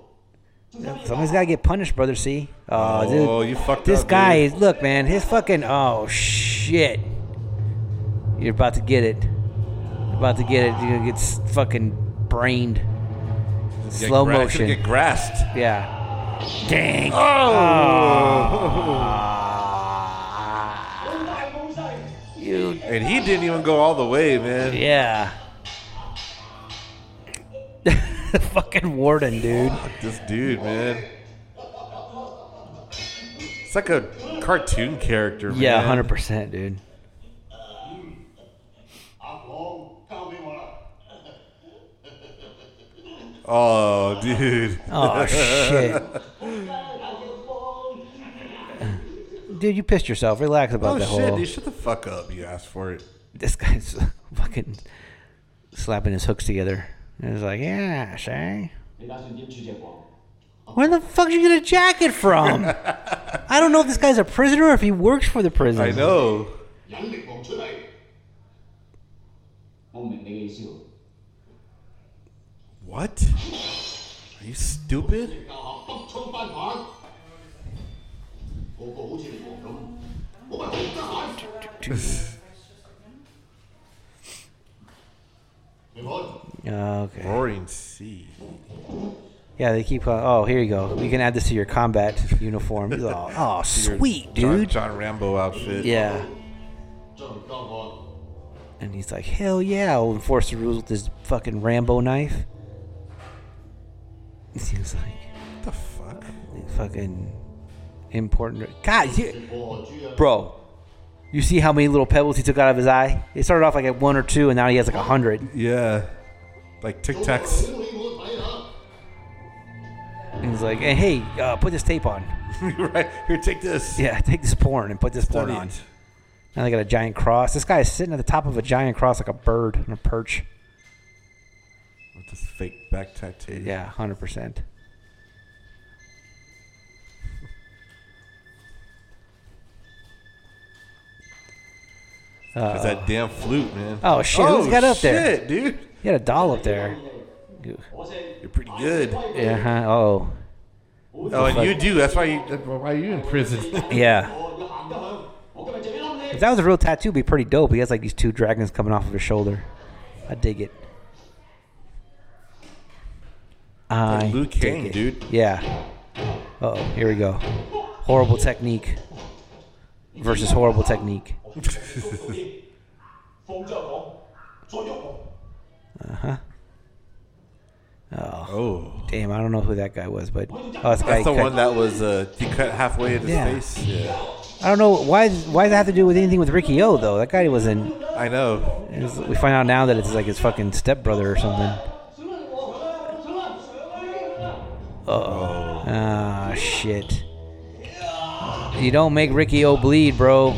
S3: 仲有嘢
S1: Somebody's got to get punished, Brother C. Oh,
S2: Oh,
S1: dude.
S2: you fucked
S1: This
S2: up,
S1: guy
S2: dude.
S1: is, look, man, his fucking, oh, shit. You're about to get it. About to get it. You're going to get s- fucking brained.
S2: Get
S1: slow
S2: gra-
S1: motion.
S2: Get grasped.
S1: Yeah. Dang. Ah.
S2: Oh.
S1: You.
S2: And he didn't even go all the way, man.
S1: Yeah. Fucking warden, dude.
S2: This dude, man. It's like a cartoon character, man.
S1: Yeah, hundred percent, dude.
S4: 阿朗，交俾我啦。
S2: Oh, dude.
S1: Oh shit. Dude, you pissed yourself. Relax about
S2: Oh,
S1: the
S2: shit,
S1: whole.
S2: dude. Shut the fuck up. You asked for it.
S1: This guy's fucking slapping his hooks together. And he's like, yeah, see?
S3: 你打算點處隻王？
S1: Where the fuck did you get a jacket from? I don't know if this guy's a prisoner or if he works for the prison.
S2: I know.
S4: 引力王出嚟，
S3: 我唔明你嘅意思喎。
S2: What? Are you stupid?
S4: 教下北沖班反，個個好似你王咁，我咪好得閒。你看。
S1: Oh, Okay.
S2: Roaring sea.
S1: Yeah, they keep. calling oh, here you go. You can add this to your combat uniform. oh, oh, sweet,
S2: John-
S1: dude.
S2: John Rambo outfit.
S1: Yeah.
S4: 將交我
S1: And he's like, hell yeah, I'll enforce the rules with this fucking Rambo knife. He's like,
S2: What the fuck?
S1: fucking important. God, you,
S4: 我豬啊！
S1: bro. You see how many little pebbles he took out of his eye? It started off like at one or two, and now he has like a hundred.
S2: Yeah. Like Tic
S4: 好
S2: Tacs.
S4: 你我睇下，
S1: And he's like, "And hey, uh, put this tape on.
S2: right here, take this.
S1: Yeah, take this porn and put this porn
S2: Study
S1: on."
S2: it.
S1: Now they got a giant cross. This guy is sitting at the top of a giant cross like a bird on a perch.
S2: With this fake back tattoo.
S1: Yeah, hundred percent.
S2: It's that damn flute, man.
S1: Oh, shit, who's got up there?
S2: shit, dude.
S1: He had a doll up there.
S2: You're pretty good.
S1: Yeah. huh, Oh.
S2: Oh, and you do. That's why you. That's why you in prison?
S1: Yeah. If that was a real tattoo, it'd be pretty dope. He has like these two dragons coming off of his shoulder. I dig it. I
S2: Liu
S1: dig
S2: Kang,
S1: it.
S2: dude.
S1: Yeah. Oh, here we go. Horrible technique versus horrible technique. Uh-huh.
S2: oh,
S1: Damn, I don't know who that guy was, but oh, this guy
S2: that's the
S1: cut-
S2: one that was uh, he cut halfway in his
S1: Yeah.
S2: face. Yeah,
S1: I don't know why. Why does that have to do with anything with Ricky O though? That guy was in.
S2: I know.
S1: it was- we find out now that it's like his fucking stepbrother or something.
S2: Oh,
S1: Ah, shit. You don't make Ricky O bleed, bro.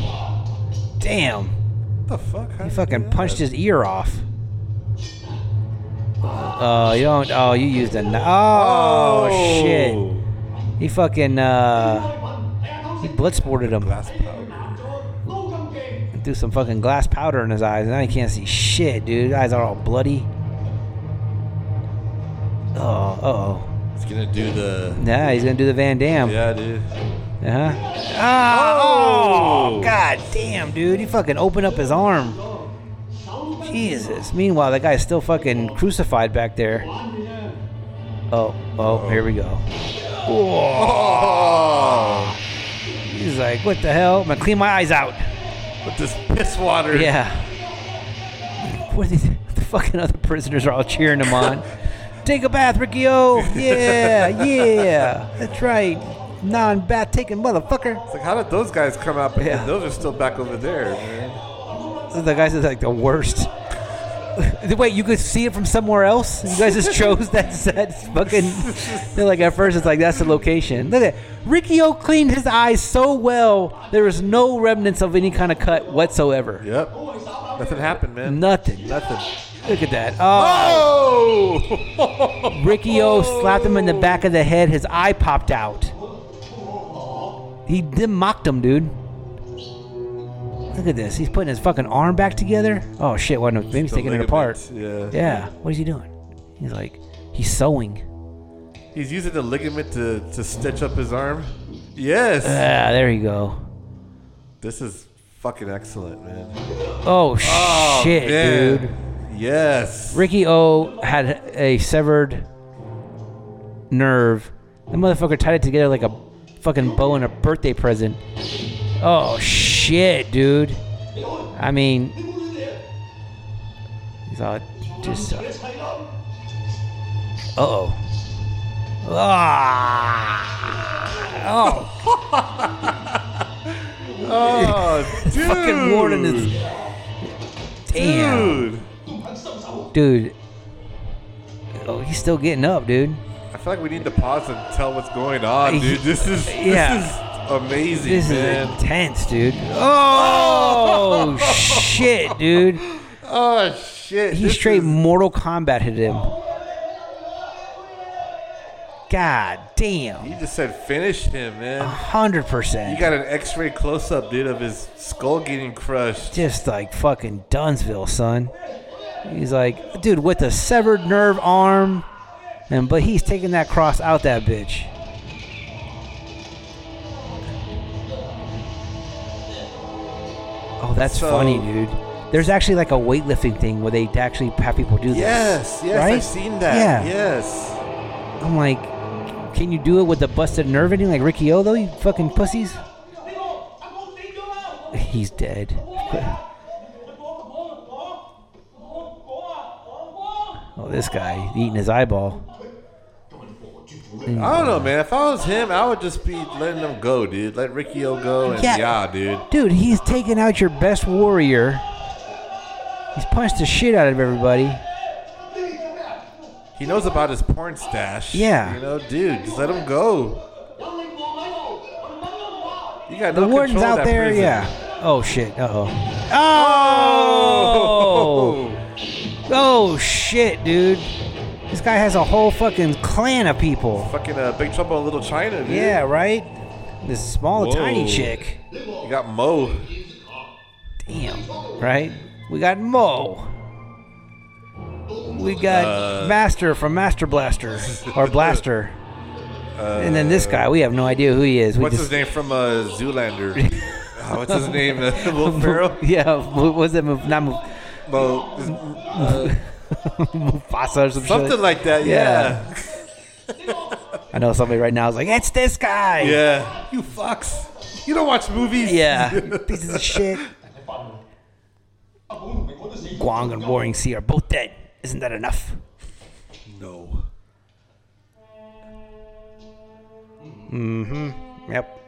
S1: Damn.
S2: what the fuck? How
S1: He fucking punched his ear off. Oh, you don't. Oh, you used a. kn- Oh, shit. He fucking. uh... He blood sported him.
S2: Glass powder.
S1: Threw some fucking glass powder in his eyes, and now he can't see shit, dude. His eyes are all bloody. Oh, oh.
S2: He's gonna do the.
S1: Nah, he's gonna do the Van Dam.
S2: Yeah, dude.
S1: Uh huh. Oh, god damn, dude! He fucking opened up his arm. Jesus. Meanwhile, that guy's still fucking crucified back there. Oh, oh, here we go.
S2: Oh,
S1: He's like, "What the hell? I'm gonna clean my eyes out."
S2: with this piss water.
S1: Yeah. What are these, the fucking other prisoners are all cheering him on. Take a bath, Ricky O. Yeah, yeah. That's right. Non-bath taking motherfucker.
S2: It's like, how did those guys come out? But
S1: Yeah.
S2: those are still back over there, man.
S1: The guys are like the worst. Wait, you could see it from somewhere else? You guys just chose that set. It's Fucking, they're like at first it's like that's the location. Look at that. Ricky O cleaned his eyes so well. There was no remnants of any kind of cut whatsoever.
S2: Yep. Nothing happened, man.
S1: Nothing.
S2: Nothing.
S1: Look at that. Oh,
S2: Oh!
S1: Ricky O slapped him in the back of the head. His eye popped out. He then mocked him, dude. Look at this. He's putting his fucking arm back together. Oh shit! Well, no, maybe he's taking it apart.
S2: Yeah.
S1: Yeah. What is he doing? He's like, he's sewing.
S2: He's using the ligament to, to stitch up his arm. Yes.
S1: Ah, there you go.
S2: this is fucking excellent, man.
S1: Oh,
S2: Oh,
S1: shit,
S2: man.
S1: dude.
S2: Yes.
S1: Ricky O had a severed nerve. The motherfucker tied it together like a fucking bow in a birthday present. Oh shit, dude. I mean, he's all just. Uh oh. Ah. Oh.
S2: Oh, dude.
S1: fucking warning is. Damn,
S2: Dude.
S1: dude. Oh, he's still getting up, dude.
S2: I feel like we need to pause and tell what's going on, dude. This is
S1: Yeah.
S2: this is amazing,
S1: This
S2: man.
S1: is intense, dude. Oh shit, dude.
S2: oh shit.
S1: He
S2: this
S1: straight
S2: is-
S1: Mortal Kombat hit him. God damn.
S2: He just said finish him, man.
S1: Hundred
S2: You
S1: percent.
S2: got an X-ray close-up, dude, of his skull getting crushed.
S1: Just like fucking Dunsville, son. He's like, dude, with a severed nerve arm, and but he's taking that cross out that bitch. Oh, that's
S2: So-
S1: funny, dude. There's actually like a weightlifting thing where they actually have people do this.
S2: Yes, yes,
S1: right?
S2: I've seen that.
S1: Yeah.
S2: Yes.
S1: I'm like, can you do it with a busted nerve ending like Ricky O though? You fucking pussies. He's dead. Oh, this guy eating his eyeball.
S2: I don't know, man. If I was him, I would just be letting them go, dude. Let Ricky O go and
S1: Yeah.
S2: yeah, dude.
S1: Dude, he's taking out your best warrior. He's punched the shit out of everybody.
S2: He knows about his porn stash.
S1: Yeah.
S2: You know, dude, just let him go.
S3: 有力望喺度，我哋揾到話。
S2: You got
S1: The
S2: no
S1: warden's
S2: control of
S1: out
S2: that
S1: there,
S2: prison.
S1: yeah. Oh shit. Uh oh. Oh. Oh shit, dude. This guy has a whole fucking clan of people.
S2: Fucking uh, Big Trouble in Little China, dude.
S1: Yeah, right. This small
S2: Whoa.
S1: tiny chick.
S2: You got Mo.
S1: Damn. Right. We got Mo. We got
S2: Uh.
S1: Master from Master Blaster or Blaster. and then this guy, we have no idea who he is. We
S2: What's
S1: just-
S2: his name from uh, Zoolander? Ah, what's his name? Uh, Will Ferrell?
S1: Yeah, what was it? Muf- Not Muf-
S2: Mo. is- uh,
S1: Mufasa or some shit.
S2: something like that, yeah.
S1: I know somebody right now is like, it's this guy.
S2: Yeah. You fucks. You don't watch movies.
S1: Yeah. Pieces of shit.
S3: 你發夢，阿寶同明我都死。
S1: Guang and Warring Sea are both dead. Isn't that enough?
S2: No.
S1: Mm-hmm. Yep.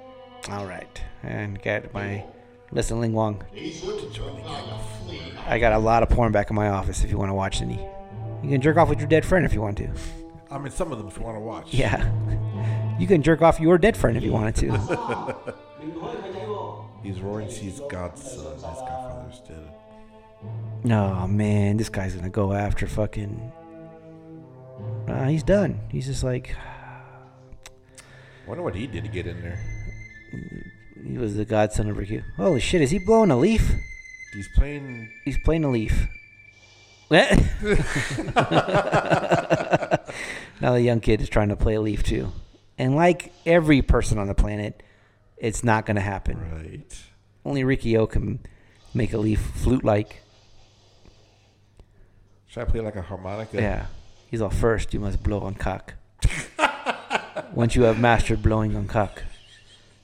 S1: All right. And get my. Listen, Ling Wong. I got a lot of porn back in my office if you want to watch any. You can jerk off with your dead friend if you want to.
S2: I mean, some of them if you want to watch.
S1: Yeah. You can jerk off your dead friend if you wanted to.
S2: He's Roaring Sea's godson. His godfather's dead.
S1: No, man. This guy's going to go after fucking. Uh, he's done. He's just like.
S2: Wonder what he did to get in there.
S1: He was the godson of Riku. Holy shit, is he blowing a leaf?
S2: He's playing.
S1: He's playing a leaf. Eh? now the young kid is trying to play a leaf too. And like every person on the planet, it's not going to happen.
S2: Right.
S1: Only Rikio can make a leaf flute like.
S2: Should I play like a harmonica?
S1: Yeah. He's all first, you must blow on cock. Once you have mastered blowing on cock,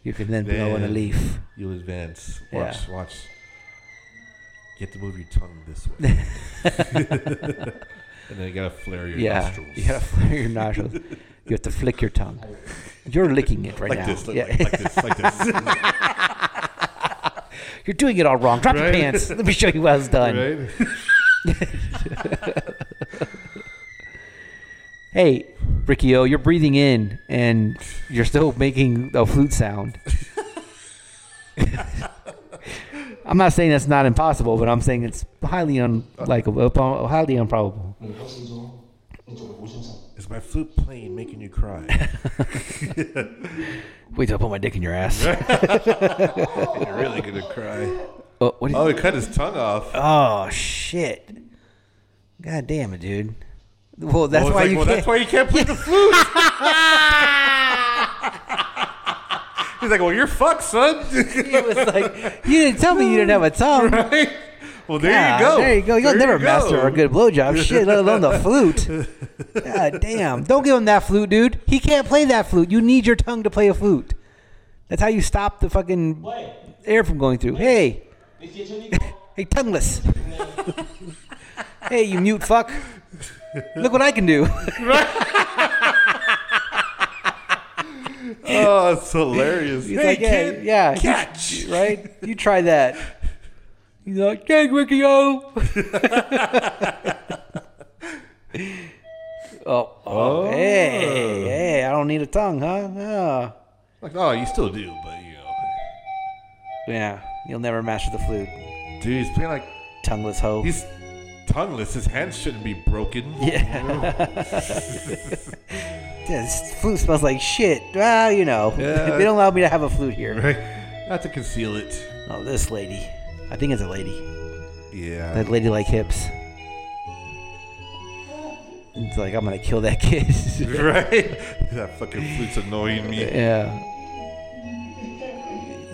S1: you can then blow on a
S2: Then-
S1: leaf.
S2: You advance.
S1: Yeah.
S2: Watch, watch. You have to move your tongue this way. and then you gotta flare your
S1: Yeah,
S2: nostrils.
S1: you gotta flare your nostrils. you have to flick your tongue. You're licking it right
S2: Like
S1: now.
S2: this, like,
S1: yeah.
S2: like, like this, like this.
S1: You're doing it all wrong. Drop your
S2: Right.
S1: pants. Let me show you how it's done.
S2: right?
S1: Hey, Riccio, you're breathing in and you're still making a flute sound. I'm not saying that's not impossible, but I'm saying it's highly unlikable, upo- highly improbable.
S3: 明哥死咗，你仲好傷心。
S2: Is my flute playing making you cry?
S1: Wait till I put my dick in your ass.
S2: You're really gonna cry.
S1: Oh, what do you-
S2: Oh, he cut his tongue off.
S1: oh, shit! God damn it, dude. Well, that's
S2: Oh, it's
S1: why
S2: like,
S1: you
S2: well,
S1: can't.
S2: that's why you can't play the flute. He's like, well, you're fucked, son.
S1: it was like you didn't tell me you didn't have a tongue.
S2: right? Well, there
S1: Yeah,
S2: you go.
S1: There you go. You'll
S2: There
S1: never
S2: you
S1: master
S2: go.
S1: a good blowjob. Shit, let alone the flute. God damn. Don't give him that flute, dude. He can't play that flute. You need your tongue to play a flute. That's how you stop the fucking
S3: 喂，
S1: air from going through. Hey,
S3: 你借出呢個。
S1: hey, tongueless. hey, you mute fuck. Look what I can do.
S2: Oh, it's hilarious.
S1: He's
S2: hey,
S1: like, yeah,
S2: kid,
S1: yeah, you-
S2: catch.
S1: right? You try that. He's like, dang, Riccio. oh, oh, hey, hey, I don't need a tongue, huh? No.
S2: Like, oh, you still do, but you know,
S1: Yeah, you'll never master the flute,
S2: dude, he's playing like
S1: tongueless hoe.
S2: he's tongueless. His hands shouldn't be broken.
S1: yeah. this flute smells like shit. Well, you know,
S2: Yeah.
S1: they don't allow me to have a flute here.
S2: Right? Not to conceal it.
S1: Oh, this lady. I think it's a lady.
S2: Yeah.
S1: That lady like hips. It's like I'm gonna kill that kid.
S2: right? That fucking flute's annoying me.
S1: yeah.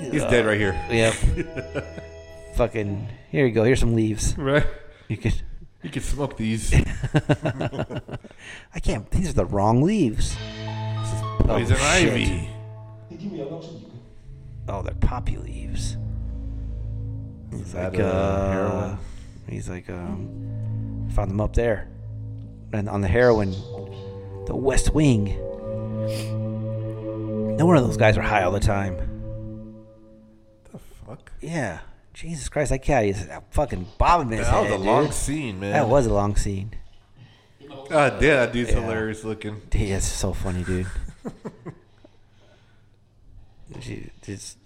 S2: He's dead right here.
S1: Yep. Fucking here you go. Here's some leaves.
S2: Right?
S1: You can.
S2: You can smoke these.
S1: I can't. These are the wrong leaves.
S2: Poison
S1: Oh, shit.
S2: Oh, ivy.
S3: 你點會有粒出現嘅？
S1: Oh, they're poppy leaves. He's
S2: that,
S1: like
S2: uh,
S1: uh,
S2: heroin?
S1: He's like um, found them up there, and on the heroin, the West Wing. No one of those guys are high all the time.
S2: The fuck?
S1: Yeah. Jesus Christ, that cat is fucking bobbing his
S2: That was
S1: head,
S2: a long
S1: dude.
S2: scene, man.
S1: That was a long scene.
S2: Oh, dude, that dude's
S1: Yeah.
S2: hilarious looking. Oh
S1: Dude, that's so funny, dude. She- just-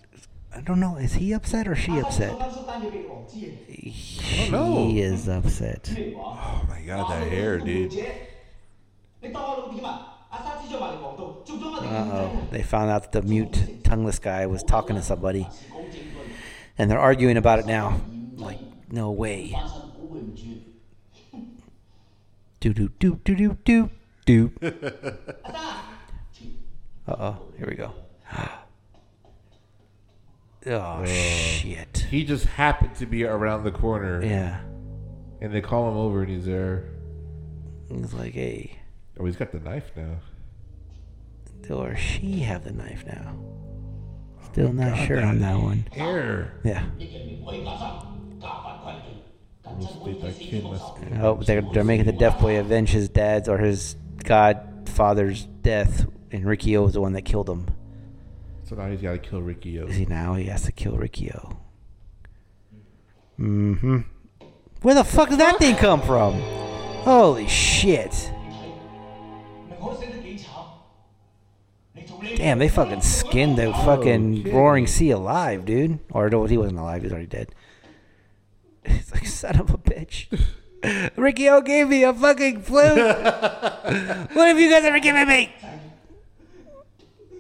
S1: I don't know. Is he upset or she upset?
S3: 说单就给王之人，
S1: She
S2: no.
S1: is upset.
S3: 咩話？
S2: Oh my god, that hair, dude.
S3: 你當我老點啊？阿沙子將埋嚟黃道，中咗我哋
S1: Uh
S3: 五仔
S1: oh. They found out that the mute, tongueless guy was talking to somebody, and they're arguing about it now. Like, no way.
S3: 翻身估佢唔轉。
S1: Do do do do do do do.
S3: 阿沙，
S1: Uh oh. Here we go. Oh shit.
S2: He just happened to be around the corner,
S1: Yeah.
S2: and they call him over, and he's there.
S1: He's like, hey,
S2: Oh, he's got the knife now.
S1: or she have the knife now? Still not sure on that one.
S2: Hair.
S1: Yeah.
S3: 你嘅唔可以加沙，加法規定，緊
S2: Must
S3: 身可
S2: be
S3: 以
S2: that
S3: 死於
S2: kid
S3: 毒
S2: must
S3: 手。
S1: I hope they're, they're making the deaf boy avenge his dad's or his godfather's death, and Riccio was the one that killed him.
S2: So now he's got to kill Ricky.
S1: See, now he has to kill Riccio. Mm hmm. Where the fuck did that thing come from? Holy shit.
S3: 你睇，明可死得幾慘？你做呢？
S1: Damn, they fucking skinned the fucking
S2: Okay.
S1: roaring sea alive, dude. Or no, he wasn't alive; he's already dead. He's like son of a bitch. Ricky O gave me a fucking flute. what have you guys ever given me?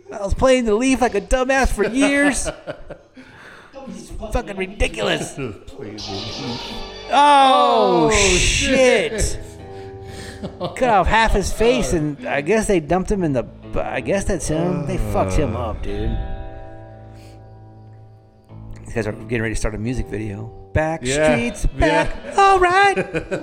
S1: I was playing the leaf like a dumbass for years. fucking ridiculous. Oh, shit. Cut off half his face, and I guess they dumped him in the. I guess that's him. They fucked him up, dude. These guys are getting ready to start a music video. Back
S2: Yeah,
S1: streets,
S2: yeah.
S1: back. All right.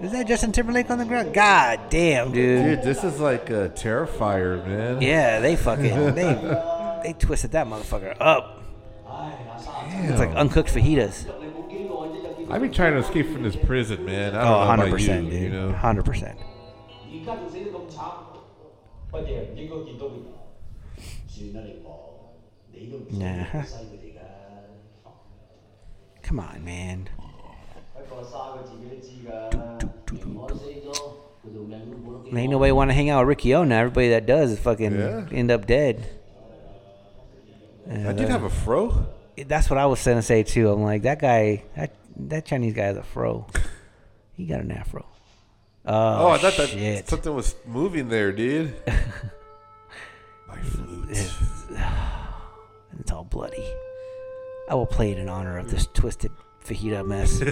S1: Is that Justin Timberlake on the ground? God damn, dude.
S2: Dude, this is like a terrifier, man.
S1: Yeah, they fucking they they twisted that motherfucker up.
S3: 唉，阿沙，
S1: It's like uncooked fajitas.
S3: 入嚟冇幾耐啫，就見到
S2: I've been trying to escape from this prison, man. I
S1: Oh,
S2: don't know
S1: 100
S2: about
S1: percent,
S2: you, you
S1: dude.
S2: know?
S1: 100 percent.
S3: 而家仲死得咁慘，乜嘢唔應該見到佢？算啦，你講，你都唔知
S1: 嗱
S3: 西佢哋㗎。
S1: Come on, man.
S3: 不過沙佢自己都知㗎，明可死咗，佢條命都冇得幾
S1: And ain't nobody want to hang out with Ricky O now. Everybody that does is fucking
S2: Yeah.
S1: end up dead. Uh,
S2: I did have a
S1: oh,
S2: fro.
S1: That's what I was gonna say too. I'm like that guy. That that Chinese guy has a fro. he got an afro.
S2: Oh,
S1: Oh,
S2: I thought
S1: shit.
S2: that something was moving there, dude. My flute.
S1: It's all bloody. I will play it in honor of this twisted fajita mess.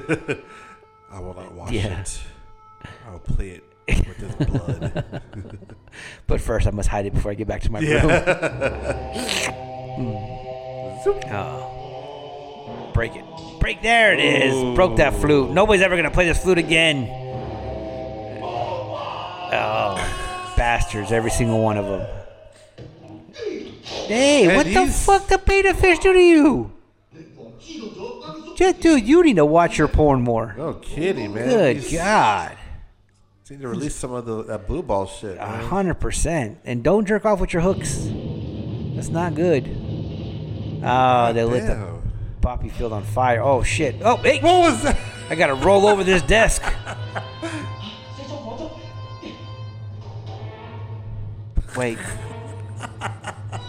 S2: I will not watch
S1: Yeah.
S2: it. I will play it with this blood.
S1: But first, I must hide it before I get back to my room. Oh. Break it. Break. There it is. Broke that flute. Nobody's ever going to play this flute again. Oh. Bastards. Every single one of them. Hey,
S2: Man,
S1: what the
S2: these-
S1: fuck did beta fish do to you? Just, dude, you need to watch your porn more.
S2: no kidding, man.
S1: Good
S2: These-
S1: God.
S2: They need to release some of the, that blue ball shit.
S1: A
S2: man.
S1: hundred percent. And don't jerk off with your hooks. That's not good. Oh, they lit the
S2: Damn.
S1: poppy field on fire. Oh shit. Oh hey,
S2: What was that?
S1: I gotta roll over this desk.
S3: 死咗火燭，
S1: Wait.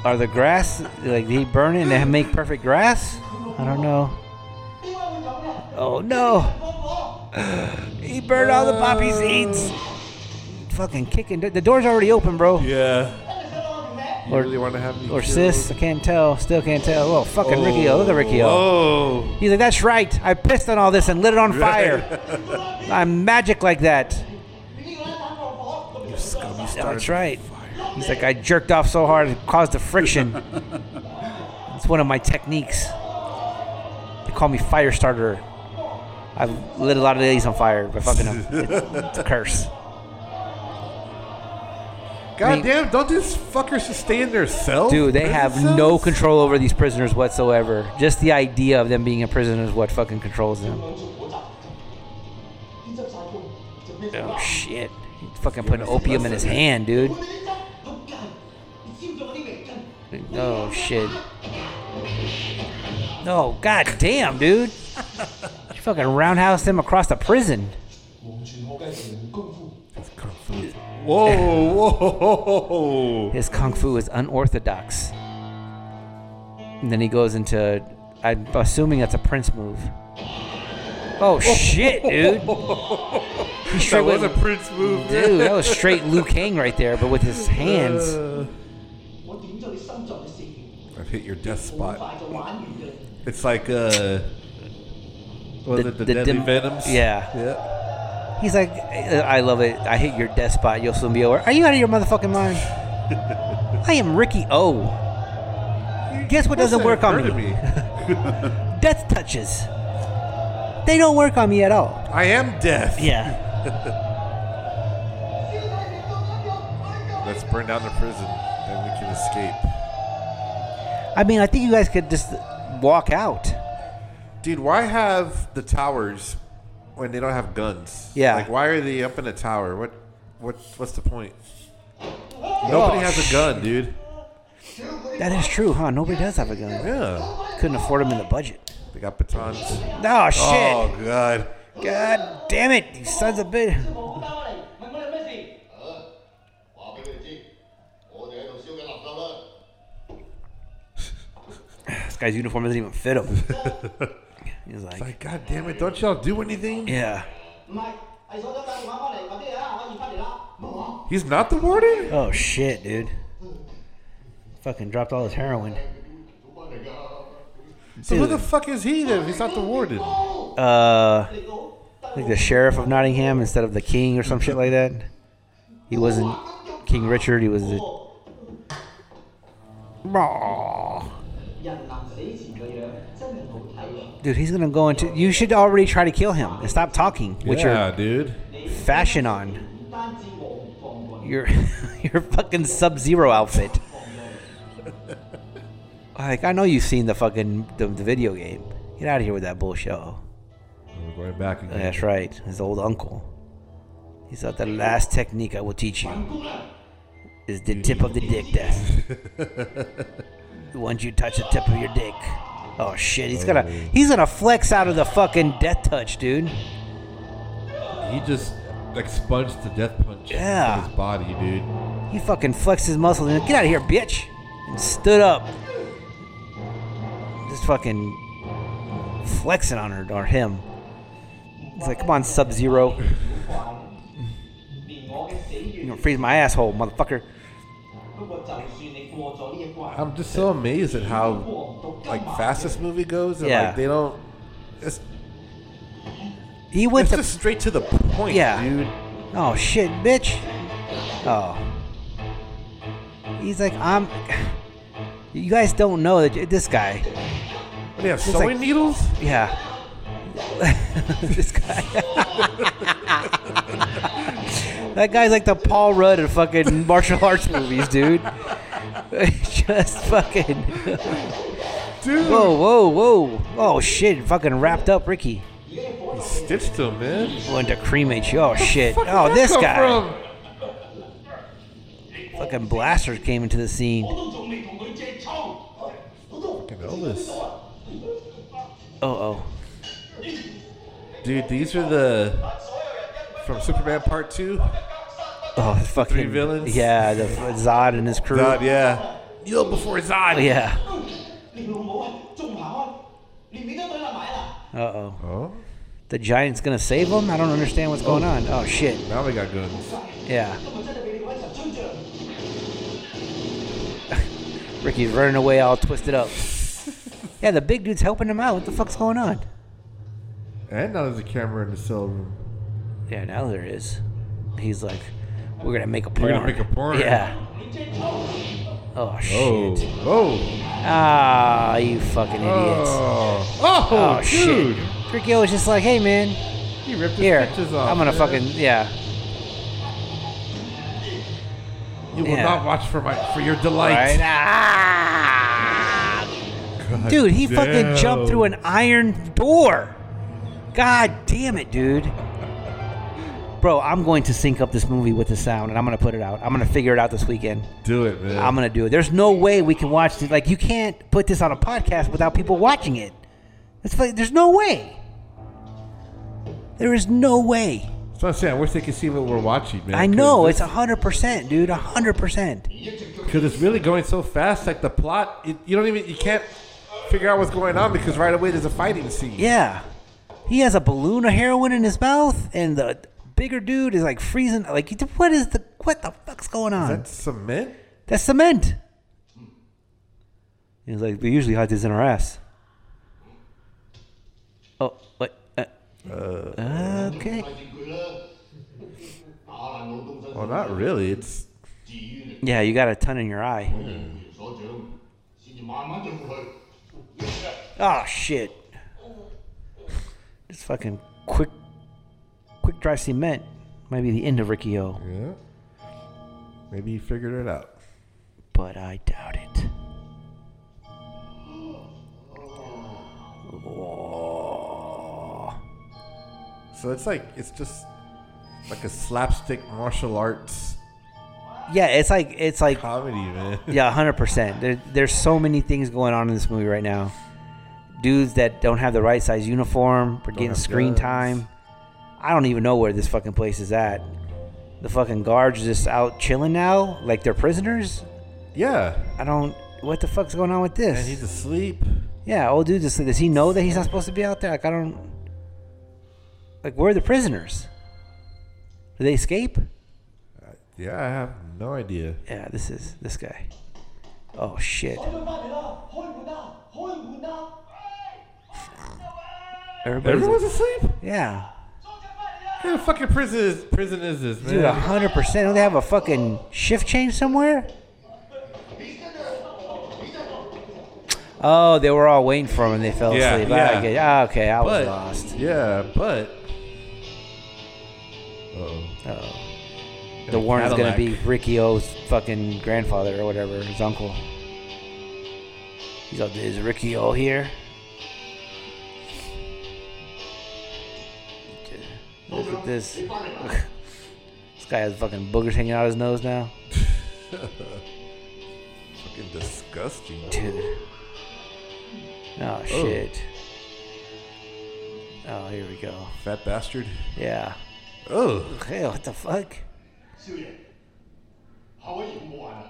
S1: Are the grass like they burn it and they make perfect grass? I don't know.
S3: 點解會咁嘅？
S1: Oh no.
S3: Bố bố
S1: He burned all the poppy seeds. Fucking kicking. The door's already open, bro.
S2: Yeah. You
S1: Or-
S2: really want to have me
S1: Or
S2: killed?
S1: sis. I can't tell. Still can't tell. Oh, fucking Riccio. Look at Riccio.
S2: Oh.
S1: He's like, that's right. I pissed on all this and lit it on fire. I'm magic like that.
S2: You scummy started
S1: That's right. He's like, I jerked off so hard it caused the friction. it's one of my techniques. They call me fire starter. I've lit a lot of ladies on fire by fucking them. It's a curse.
S2: God damn, don't these fuckers just stay in their cell?
S1: Dude, they have
S2: Prison
S1: no
S2: cells?
S1: control over these prisoners whatsoever. Just the idea of them being in prison is what fucking controls them. Oh shit. He's fucking putting opium in his hand, dude. Oh shit. No, god damn, dude. You fucking roundhoused him across the prison.
S4: 完全學嘅成功夫。
S2: Whoa, whoa.
S1: His kung fu is unorthodox. And then he goes into, I'm assuming that's a prince move. Oh shit, dude! He sure
S2: That was a
S1: went-
S2: Prince move.
S1: dude, that was straight Liu Kang right there, but with his hands.
S2: Uh,
S3: 我點咗你心臟嘅四秒，
S2: I've hit your death
S3: 好
S2: spot.
S3: 快就玩完㗎啦。
S2: It's like uh, was
S1: The-
S2: it
S1: the
S2: the, deadly
S1: dim-
S2: venoms?
S1: yeah.
S2: yeah.
S1: He's like, I I love it. I hit your death spot. You'll soon be over. Are you out of your motherfucking mind? I am Ricky O. Guess what doesn't
S2: Must've
S1: work on
S2: hurt
S1: me?
S2: me.
S1: Death touches. They don't work on me at all.
S2: I am death.
S1: Yeah.
S2: Let's burn down the prison, then we can escape.
S1: I mean, I think you guys could just walk out.
S2: Dude, why have the towers when they don't have guns?
S1: Yeah.
S2: Like, why are they up in a tower? What, what, what's the point? Nobody
S1: Oh,
S2: has a gun, dude.
S1: That is true, huh? Nobody does have a gun.
S2: Yeah.
S1: Couldn't afford them in the budget.
S2: They got batons.
S1: Oh shit!
S2: Oh god.
S1: God damn it! You sons of bitch.
S3: 我打我嚟，問我有咩事？
S4: 啊話俾你知，我哋喺度燒緊垃圾啦。
S1: This guy's uniform doesn't even fit him. He's like,
S2: It's like, god damn it! Don't y'all do anything?
S1: yeah.
S3: 唔係，係所長打電話翻嚟，快啲嚟啦，我要翻嚟啦。冇啊，
S2: He's not the warden.
S1: Oh shit, dude. Fucking dropped all his heroin.
S2: So who the
S1: Dude.
S2: fuck is he then? if He's not the warden.
S1: Uh,
S3: 嚟到。
S1: like the sheriff of Nottingham instead of the king or some shit like that. He wasn't King Richard. He was the. Aw.
S3: 人臨死前個樣真係好睇啊！
S1: Dude, he's gonna go into. You should already try to kill him and stop talking with
S2: yeah, dude.
S1: your fashion on.
S3: 唔單止黃黃棍，
S1: Your your fucking Sub Zero outfit. Like I know you've seen the fucking the, the video game. Get out of here with that bullshit. oh.
S2: We're going back again.
S1: That's right, his old uncle. He thought the last technique I will teach you
S3: 陳姑娘，
S1: is the tip of the dick death. Once you touch the tip of your dick, oh shit, he's gonna he's gonna flex out of the fucking death touch, dude.
S2: He just expunged the death punch
S1: Yeah.
S2: from his body, dude.
S1: He fucking flexed his muscles and get out of here, bitch, and stood up. Just fucking flexing on her or him. He's like, come on, Sub Zero,
S3: 連我嘅死
S1: you
S3: 穴
S1: gonna freeze my asshole, motherfucker.
S3: 不過就算你過咗呢一關，
S2: I'm just so amazed at how
S3: 過唔到
S2: like
S3: 今晚
S2: fast this movie goes, and
S1: Yeah.
S2: like they don't. It's,
S1: He went
S2: it's
S1: to
S2: just straight to the point,
S1: Yeah.
S2: dude.
S1: Oh shit, bitch. Oh. He's like, I'm. You guys don't know that this guy.
S2: What do you have
S1: like-
S2: sewing needles?
S1: Yeah. this guy. that guy's like the Paul Rudd of fucking martial arts movies, dude. Just fucking.
S2: Dude,
S1: Whoa, whoa, whoa. Oh shit, fucking wrapped up Ricky.
S2: he stitched him, man.
S1: Going to cremate you. Oh shit.
S2: Fuck
S1: Oh,
S2: did that
S1: this
S2: come
S1: guy.
S2: from?
S1: Fucking blasters came into the scene.
S3: 我都仲未同佢隻倉，我都
S2: Fucking Elvis.
S1: Uh oh.
S2: Dude, these are the from Superman Part Two.
S1: Oh, the fucking
S2: Three villains?
S1: Yeah, the Zod and his crew.
S2: God, yeah. Kneel before Zod.
S1: yeah.
S3: 你老母啊，仲唔行開？連面都對立埋啦！
S1: Uh oh.
S2: Oh,
S1: The giant's gonna save him. I don't understand what's going on. Oh shit.
S2: now they got guns.
S1: Yeah.
S3: 今日真係俾你揾神吹脹，
S1: Ricky's running away, all twisted up. yeah, the big dude's helping him out. What the fuck's going on?
S2: And now there's a camera in the cell room.
S1: Yeah, now there is. He's like, we're gonna make a porn.
S2: We're gonna make a porn.
S1: Yeah.
S3: 你隻倉，
S1: Oh
S2: Oh,
S1: shit.
S2: oh,
S1: Ah, you fucking idiots. Oh,
S2: oh, oh, dude.
S1: shit. Ricky was just like, hey man,
S2: He ripped his
S1: here.
S2: pictures off.
S1: I'm gonna
S2: man.
S1: fucking yeah.
S2: You will
S1: Yeah.
S2: not watch for my for your delight.
S1: Right. Ah! Dude, he fucking jumped through an iron door. God damn it, dude. Bro, I'm going to sync up this movie with the sound and I'm going to put it out. I'm going to figure it out this weekend.
S2: Do it, man.
S1: I'm going to do it. There's no way we can watch this. Like, you can't put this on a podcast without people watching it. It's like, there's no way. There is no way.
S2: So I'm saying, I wish they could see what we're watching, man.
S1: I know it's hundred percent, dude. hundred percent.
S2: because it's really going so fast. Like the plot, it, you don't even you can't figure out what's going on because right away there's a fighting scene.
S1: Yeah, he has a balloon of heroin in his mouth, and the bigger dude is like freezing. Like, what is the what the fuck's going on?
S2: That's cement.
S1: That's cement. He's like, we usually hide this in our ass. Oh, what? Uh, okay.
S4: 快進佢啦！打爛我東身。
S2: Well, not really. It's
S4: 至於你
S1: Yeah, you got a ton in your eye.
S4: 員所長，先至慢慢進入去。
S1: Oh shit! This fucking quick, quick dry cement might be the end of Riccio,
S2: yeah. Maybe you figured it out.
S1: but I doubt it.
S2: So it's like it's just like a slapstick martial arts
S1: Yeah, it's like it's like
S2: comedy, man.
S1: yeah, hundred percent. There, there's so many things going on in this movie right now. Dudes that don't have the right size uniform are getting
S2: have
S1: screen
S2: guns.
S1: time. I don't even know where this fucking place is at. The fucking guards just out chilling now, like they're prisoners.
S2: yeah.
S1: I don't. What the fuck's going on with this?
S2: And he's asleep.
S1: Yeah, old dude. Just, does he know that he's not supposed to be out there? Like I don't. Like where are the prisoners? Did they escape?
S2: Yeah, I have no idea.
S1: Yeah, this is this guy. Oh shit!
S3: 開門翻嚟啦！開門啦！開門啦！
S1: Everybody's
S2: Everyone's asleep.
S1: yeah,
S2: What kind of fucking prison is prison is this, man?
S1: dude, hundred percent. Don't they have a fucking shift change somewhere? Oh, they were all waiting for him and they fell
S2: Yeah,
S1: asleep.
S2: yeah.
S1: Ah, good. Ah, okay, I was
S2: but,
S1: lost.
S2: Yeah, but. Uh-oh.
S1: Uh-oh. Uh, The warrant's gonna
S2: Cadillac.
S1: be Ricky O's fucking grandfather or whatever, his uncle. He's like, is Ricky O here? Look at this. this guy has fucking boogers hanging out his nose now.
S2: Fucking disgusting.
S1: Dude. Oh, shit. Oh, here we go.
S2: Fat bastard.
S1: Yeah.
S2: Oh.
S1: Okay, what the fuck?
S4: 少爺，夏威夷冇壞啊！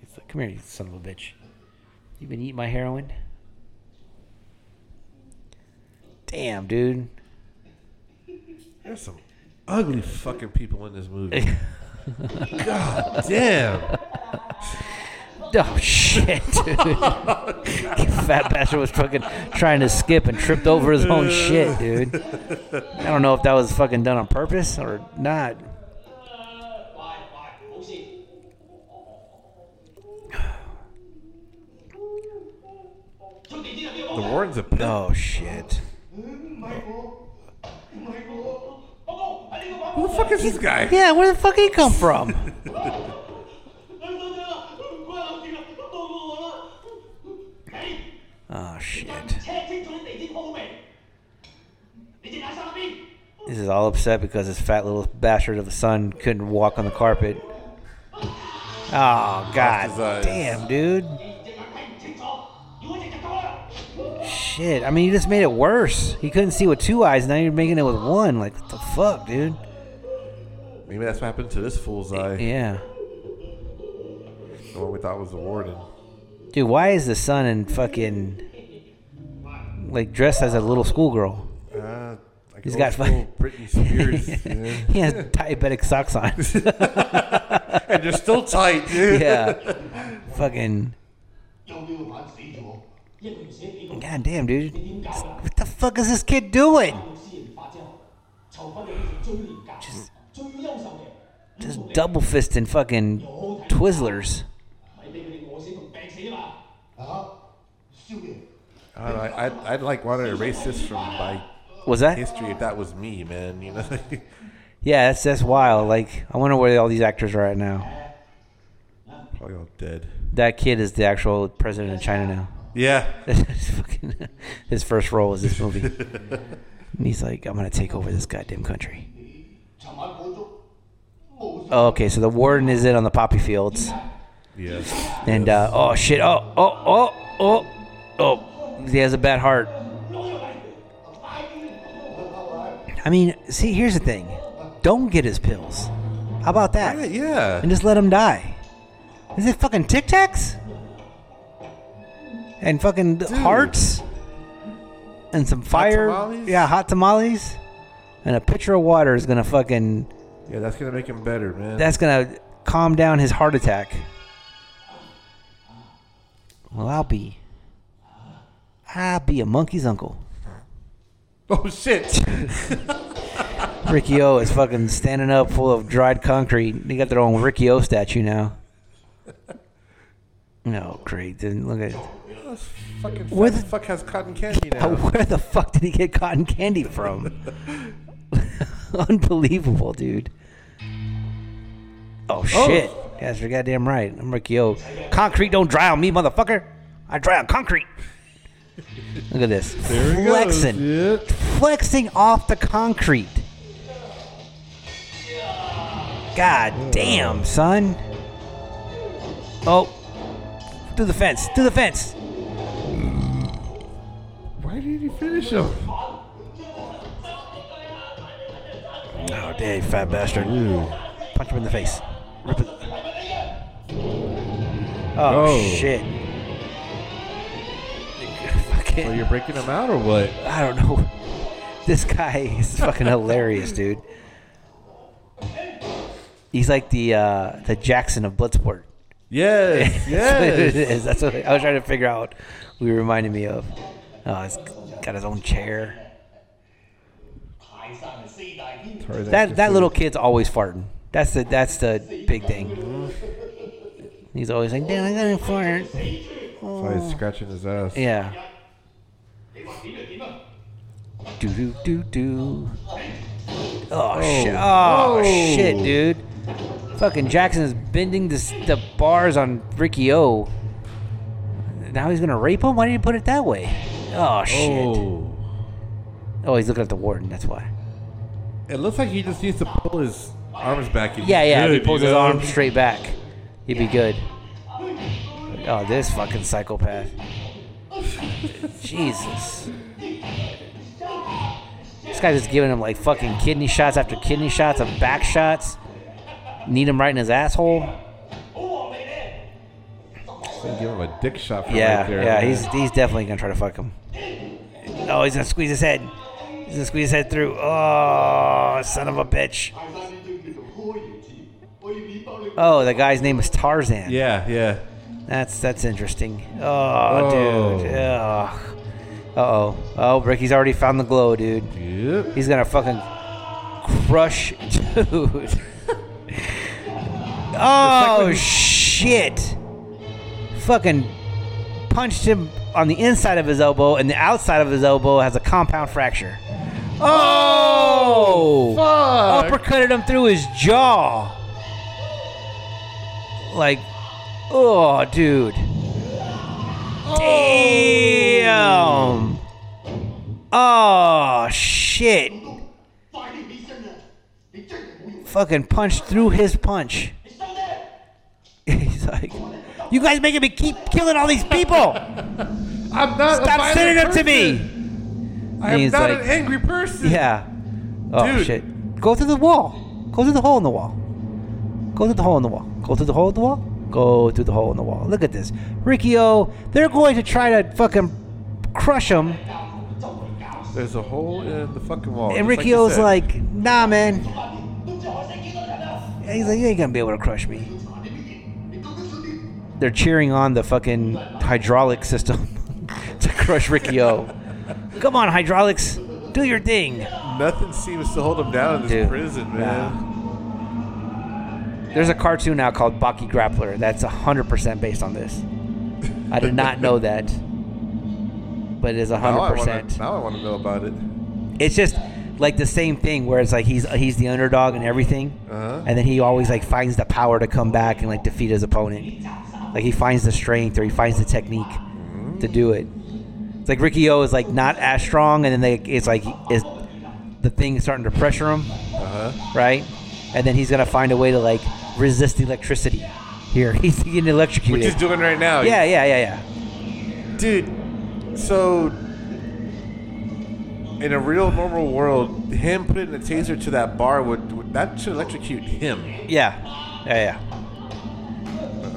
S1: He's like, Come here, you son of a bitch. You been eating my heroin? Damn, dude.
S2: There's some ugly fucking people in this movie. God damn.
S1: Oh shit, dude. Fat bastard was fucking trying to skip and tripped over his own shit, dude. I don't know if that was fucking done on purpose or not.
S3: 冇事。出地址入邊有
S2: The
S3: 冇？
S2: Warren's a pimp.
S1: Oh shit.
S4: 唔係我，唔係我。
S3: 報告喺呢個房。
S2: Who the fuck is this guy?
S1: Yeah, where the fuck he come from?
S4: 哎等等啊關我事啊放過我啦
S1: Oh shit.
S3: 車清楚啲地址鋪未？你隻眼生喺邊？
S1: This is all upset because his fat little bastard of a son couldn't walk on the carpet. Oh
S2: his eyes.
S1: god damn, dude.
S3: 隻眼睇唔清楚，要我隻隻腳啦。
S1: Shit. I mean, you just made it worse. He couldn't see with two eyes. Now you're making it with one. Like, what the fuck, dude?
S2: Maybe that's what happened to this fool's eye.
S1: Yeah.
S2: The one we thought was the warden.
S1: Dude, why is the son in fucking. Like, dressed as a little schoolgirl?
S2: Uh, like
S1: He's
S2: old
S1: got
S2: school
S1: fu-
S2: Britney Spears. yeah.
S1: He has diabetic socks on.
S2: And they're still tight, dude.
S1: yeah. Fucking.
S4: 有呢個眼死咗我，
S3: 一個唔死幾個？
S1: God damn, dude.
S3: 你點搞啊？
S1: What the fuck is this kid doing?
S3: 私刑法之後，囚犯就變成最廉價、最優秀嘅，
S1: Just double fisting fucking Twizzlers.
S3: 咪俾佢哋餓死同病死啊嘛！
S4: 啊，少爺，
S2: I don't know, I, I'd, I'd like want to erase this from my
S1: Was that?
S2: history if that was me, man. You know,
S1: Yeah, that's, that's wild. Like, I wonder where all these actors are at now.
S2: probably all dead.
S1: That kid is the actual president of China now.
S2: Yeah,
S1: It's fucking- his first role was this movie. and he's like, I'm gonna take over this goddamn country.
S4: 尋晚火燭冇事，
S1: Oh, okay, so the warden is in on the poppy fields,
S2: yeah.
S1: and uh, oh shit, oh oh oh oh oh, he has a bad heart. I mean, see, here's the thing: don't get his pills. How about that?
S2: Right, yeah.
S1: and just let him die. Is it fucking Tic Tacs? And fucking hearts? And some fire?
S2: tamales?
S1: Yeah, hot tamales? And a pitcher of water is gonna fucking.
S2: Yeah, that's gonna make him better, man.
S1: That's gonna calm down his heart attack. Well, I'll be. I'll be a monkey's uncle.
S2: oh shit.
S1: Ricky O is fucking standing up full of dried concrete. They got their own Ricky O statue now. No, great. Didn't look at
S2: That's fucking
S1: Where
S2: fuck,
S1: the-
S2: fuck has cotton candy
S1: Uh,
S2: now?
S1: where the fuck did he get cotton candy from? Unbelievable, dude. Oh, shit. Yeah, that's you're goddamn right. I'm Ricky O. Concrete don't dry on me, motherfucker. I dry on concrete. Look at this.
S2: There he goes,
S1: flexing.
S2: yeah.
S1: Flexing off the concrete. God damn, son. Oh. Through the fence. Through the fence.
S2: Why did he finish him?
S1: Oh, Dave, fat bastard.
S2: Ew.
S1: Punch him in the face. Rip it. Oh,
S2: Oh.
S1: shit.
S2: So
S1: Fucking,
S2: you're breaking him out or what?
S1: I don't know. This guy is fucking hilarious, dude. He's like the uh, the Jackson of Bloodsport.
S2: Yes,
S1: That's what it
S2: yes.
S1: is. That's what I was trying to figure out. Who he reminded me of. Oh, he's got his own chair.
S3: 泰山係四大天王，
S2: Sorry,
S1: That
S2: just
S1: that
S2: a-
S1: little kid's always farting. That's the that's the big thing. He's always like, "Damn, I'm gonna fart."
S2: That's why he's scratching his ass.
S1: Yeah.
S3: 你話點就點啊！
S1: Do do do do. Oh, shit!
S2: Oh.
S1: Oh shit, dude! Fucking Jackson is bending this, the bars on Ricky O. Now he's gonna rape him. Why did you put it that way? Oh shit!
S2: Oh.
S1: Oh, he's looking at the warden. That's why.
S2: It looks like he just needs to pull his arms back. and
S1: Yeah,
S2: he's
S1: yeah. if
S2: good,
S1: he pulls
S2: you
S1: his
S2: know?
S1: arm straight back. He'd be good. Oh, this fucking psychopath. Jesus. This guy's just giving him like fucking kidney shots after kidney shots of back shots. Need him right in his asshole.
S2: Gonna Give him a dick shot. From
S1: Yeah,
S2: right there,
S1: yeah.
S2: man.
S1: He's he's definitely gonna try to fuck him. Oh, he's gonna squeeze his head. He's gonna squeeze his head through. Oh, son of a bitch.
S3: 泰山呢張叫做開元子，我要面包你。
S1: Oh, the guy's name is Tarzan.
S2: yeah, yeah.
S1: That's that's interesting. Oh,
S2: Oh.
S1: dude. Ugh. Uh oh. Oh, Ricky's already found the glow, dude.
S2: Yep.
S1: He's gonna fucking crush, dude. oh shit! Fucking punched him on the inside of his elbow, and the outside of his elbow has a compound fracture. Oh!
S2: Fuck.
S1: uppercutted him through his jaw. Like, oh, dude. Damn. Oh, shit.
S3: 快啲起身啊！你真係冇用，
S1: Fucking punched through his punch.
S3: 你收咧！
S1: He's like, you guys making me keep killing all these people.
S2: I'm not. a
S1: Stop
S2: violent
S1: sending them to
S2: person.
S1: me.
S2: I am
S1: He's
S2: not
S1: like-
S2: an angry person.
S1: Yeah. Oh,
S2: Dude.
S1: shit. Go through the wall. Go through the hole in the wall. Go through the hole in the wall. Go through the hole in the wall. Go through the hole in the wall. Look at this. Riccio, they're going to try to fucking crush him.
S2: There's a hole in the fucking wall.
S1: And
S2: Oh, just you
S1: Ricchio's
S2: said.
S1: like, nah, man. And He's like, you ain't gonna be able to crush me. They're cheering on the fucking hydraulic system to crush Riccio. Come on, hydraulics, do your thing.
S2: nothing seems to hold him down in this
S1: Dude,
S2: prison, man.
S1: There's a cartoon now called Baki Grappler that's 100% based on this. I did not know that. But it is
S2: Now I
S1: 100%.
S2: wanna- Now I want to know about it.
S1: it's just like the same thing where it's like he's he's the underdog and everything,
S2: Uh-huh.
S1: and then he always like finds the power to come back and like defeat his opponent. Like he finds the strength or he finds the technique
S2: Mm-hmm.
S1: to do it. It's like Ricky O is like not as strong, and then they, it's like is the thing is starting to pressure him,
S2: Uh-huh.
S1: right? And then he's gonna find a way to like resist electricity. Here, he's getting
S2: Which
S1: electrocuted.
S2: he's doing right now.
S1: yeah, yeah, yeah, yeah.
S2: dude. So in a real normal world, him putting a taser to that bar would, would that should electrocute him.
S1: Yeah, yeah, yeah.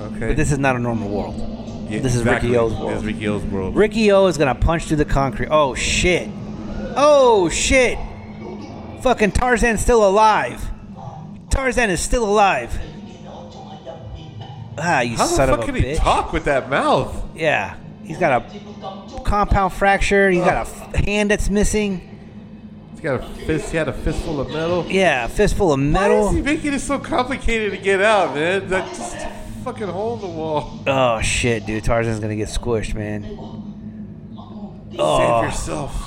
S2: Okay.
S1: But this is not a normal world.
S2: Yeah,
S1: this is Ricky
S2: exactly.
S1: O's
S2: This
S1: world.
S2: is Ricky O's world.
S1: Ricky O is gonna punch through the concrete. Oh shit! Oh shit! Fucking Tarzan's still alive. Tarzan is still alive. Ah, you
S2: How the
S1: son
S2: fuck
S1: of a
S2: can
S1: bitch!
S2: he talk with that mouth?
S1: Yeah, he's got a compound fracture. He's got a f- hand that's missing.
S2: He's got a fist. He had a fistful of metal.
S1: Yeah, a fistful of
S2: Why is he
S1: metal.
S2: making it so complicated to get out, man? That just fucking hole in the wall.
S1: Oh shit, dude! Tarzan's gonna get squished, man.
S2: Save
S1: Oh,
S2: yourself.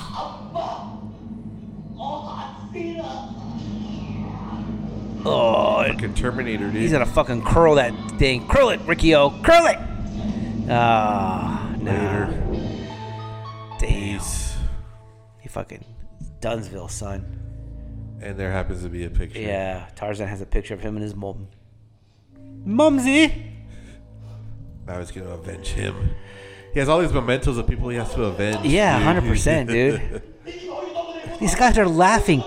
S1: oh,
S2: Fucking Terminator, dude.
S1: He's gonna fucking curl that thing. Curl it, Riccio. Curl it. Ah, no.
S2: Later.
S1: Damn. He fucking Dunsville, son.
S2: And there happens to be a picture.
S1: Yeah. Tarzan has a picture of him and his mom. Mumsy.
S2: Now he's gonna avenge him. He has all these mementos of people he has to avenge.
S1: Yeah,
S2: dude.
S1: hundred percent, dude. These guys are laughing.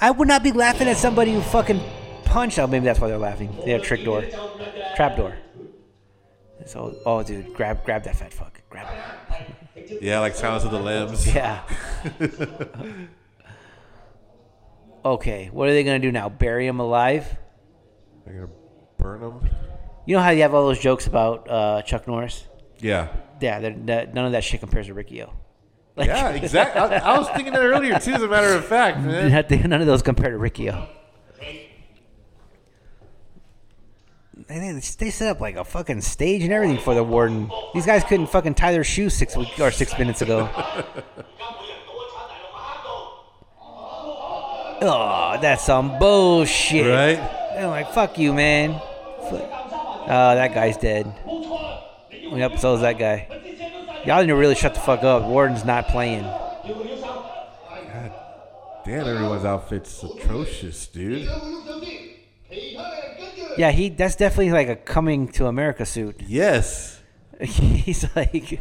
S1: I would not be laughing at somebody who fucking punched. Oh, maybe that's why they're laughing. They have trick door, trap door. So, oh, dude, grab, grab that fat fuck. Grab it.
S2: yeah, like Silence of the Lambs.
S1: Yeah. okay, what are they gonna do now? Bury him alive?
S2: They're gonna burn him.
S1: You know how you have all those jokes about uh, Chuck Norris?
S2: Yeah.
S1: Yeah, they're- that, none of that shit compares to Riccio. Like,
S2: Yeah, exactly. I, I was thinking that earlier too. As a matter of fact, man.
S1: none of those compare to Riccio. And they, they set up like a fucking stage and everything for the warden. These guys couldn't fucking tie their shoes six week or six minutes ago. Oh, that's some bullshit.
S2: Right?
S1: They're like, fuck you, man. Fuck. Oh, that guy's dead. Yep, so's that guy. Y'all need to really shut the fuck up. Warden's not playing.
S2: God damn, everyone's outfit's atrocious, dude.
S4: 我用上帝陪他来跟着。
S1: Yeah, he that's definitely like a coming to America suit.
S2: Yes.
S1: he's like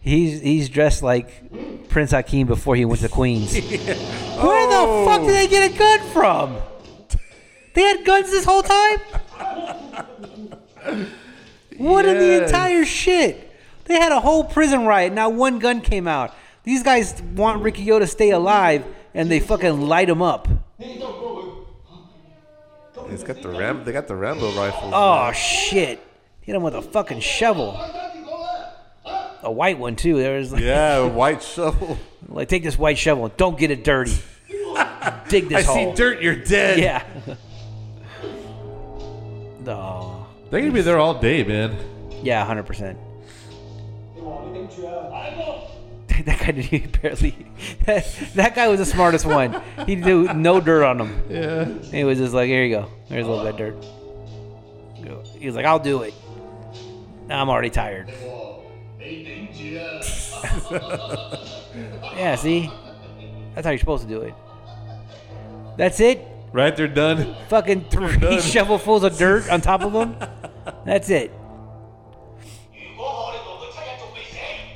S1: he's he's dressed like Prince Hakeem before he went to Queens. Where
S2: Oh.
S1: the fuck did they get a gun from? They had guns this whole time? What in the
S2: Yes.
S1: entire shit? They had a whole prison riot, not one gun came out. These guys want Ricky O to stay alive and they fucking light him up.
S2: It's got the Ram. They got the Rambo rifles.
S1: Oh shit. Hit him with a fucking shovel. A white one too. There was like,
S2: Yeah, white shovel.
S1: like, take this white shovel and don't get it dirty. Dig
S2: I
S1: this
S2: see
S1: hole.
S2: dirt. You're dead.
S1: Yeah. No.
S2: They're gonna be there all day, man.
S1: Yeah, hundred percent. That guy did he barely. That, that guy was the smartest one. He did no dirt on him.
S2: Yeah.
S1: He was just like, here you go. There's a little bit of dirt. He was like, I'll do it. I'm already tired. Yeah, see, that's how you're supposed to do it. That's it.
S2: Right, they're done.
S1: Fucking three
S2: done.
S1: shovelfuls of dirt on top of him. That's it.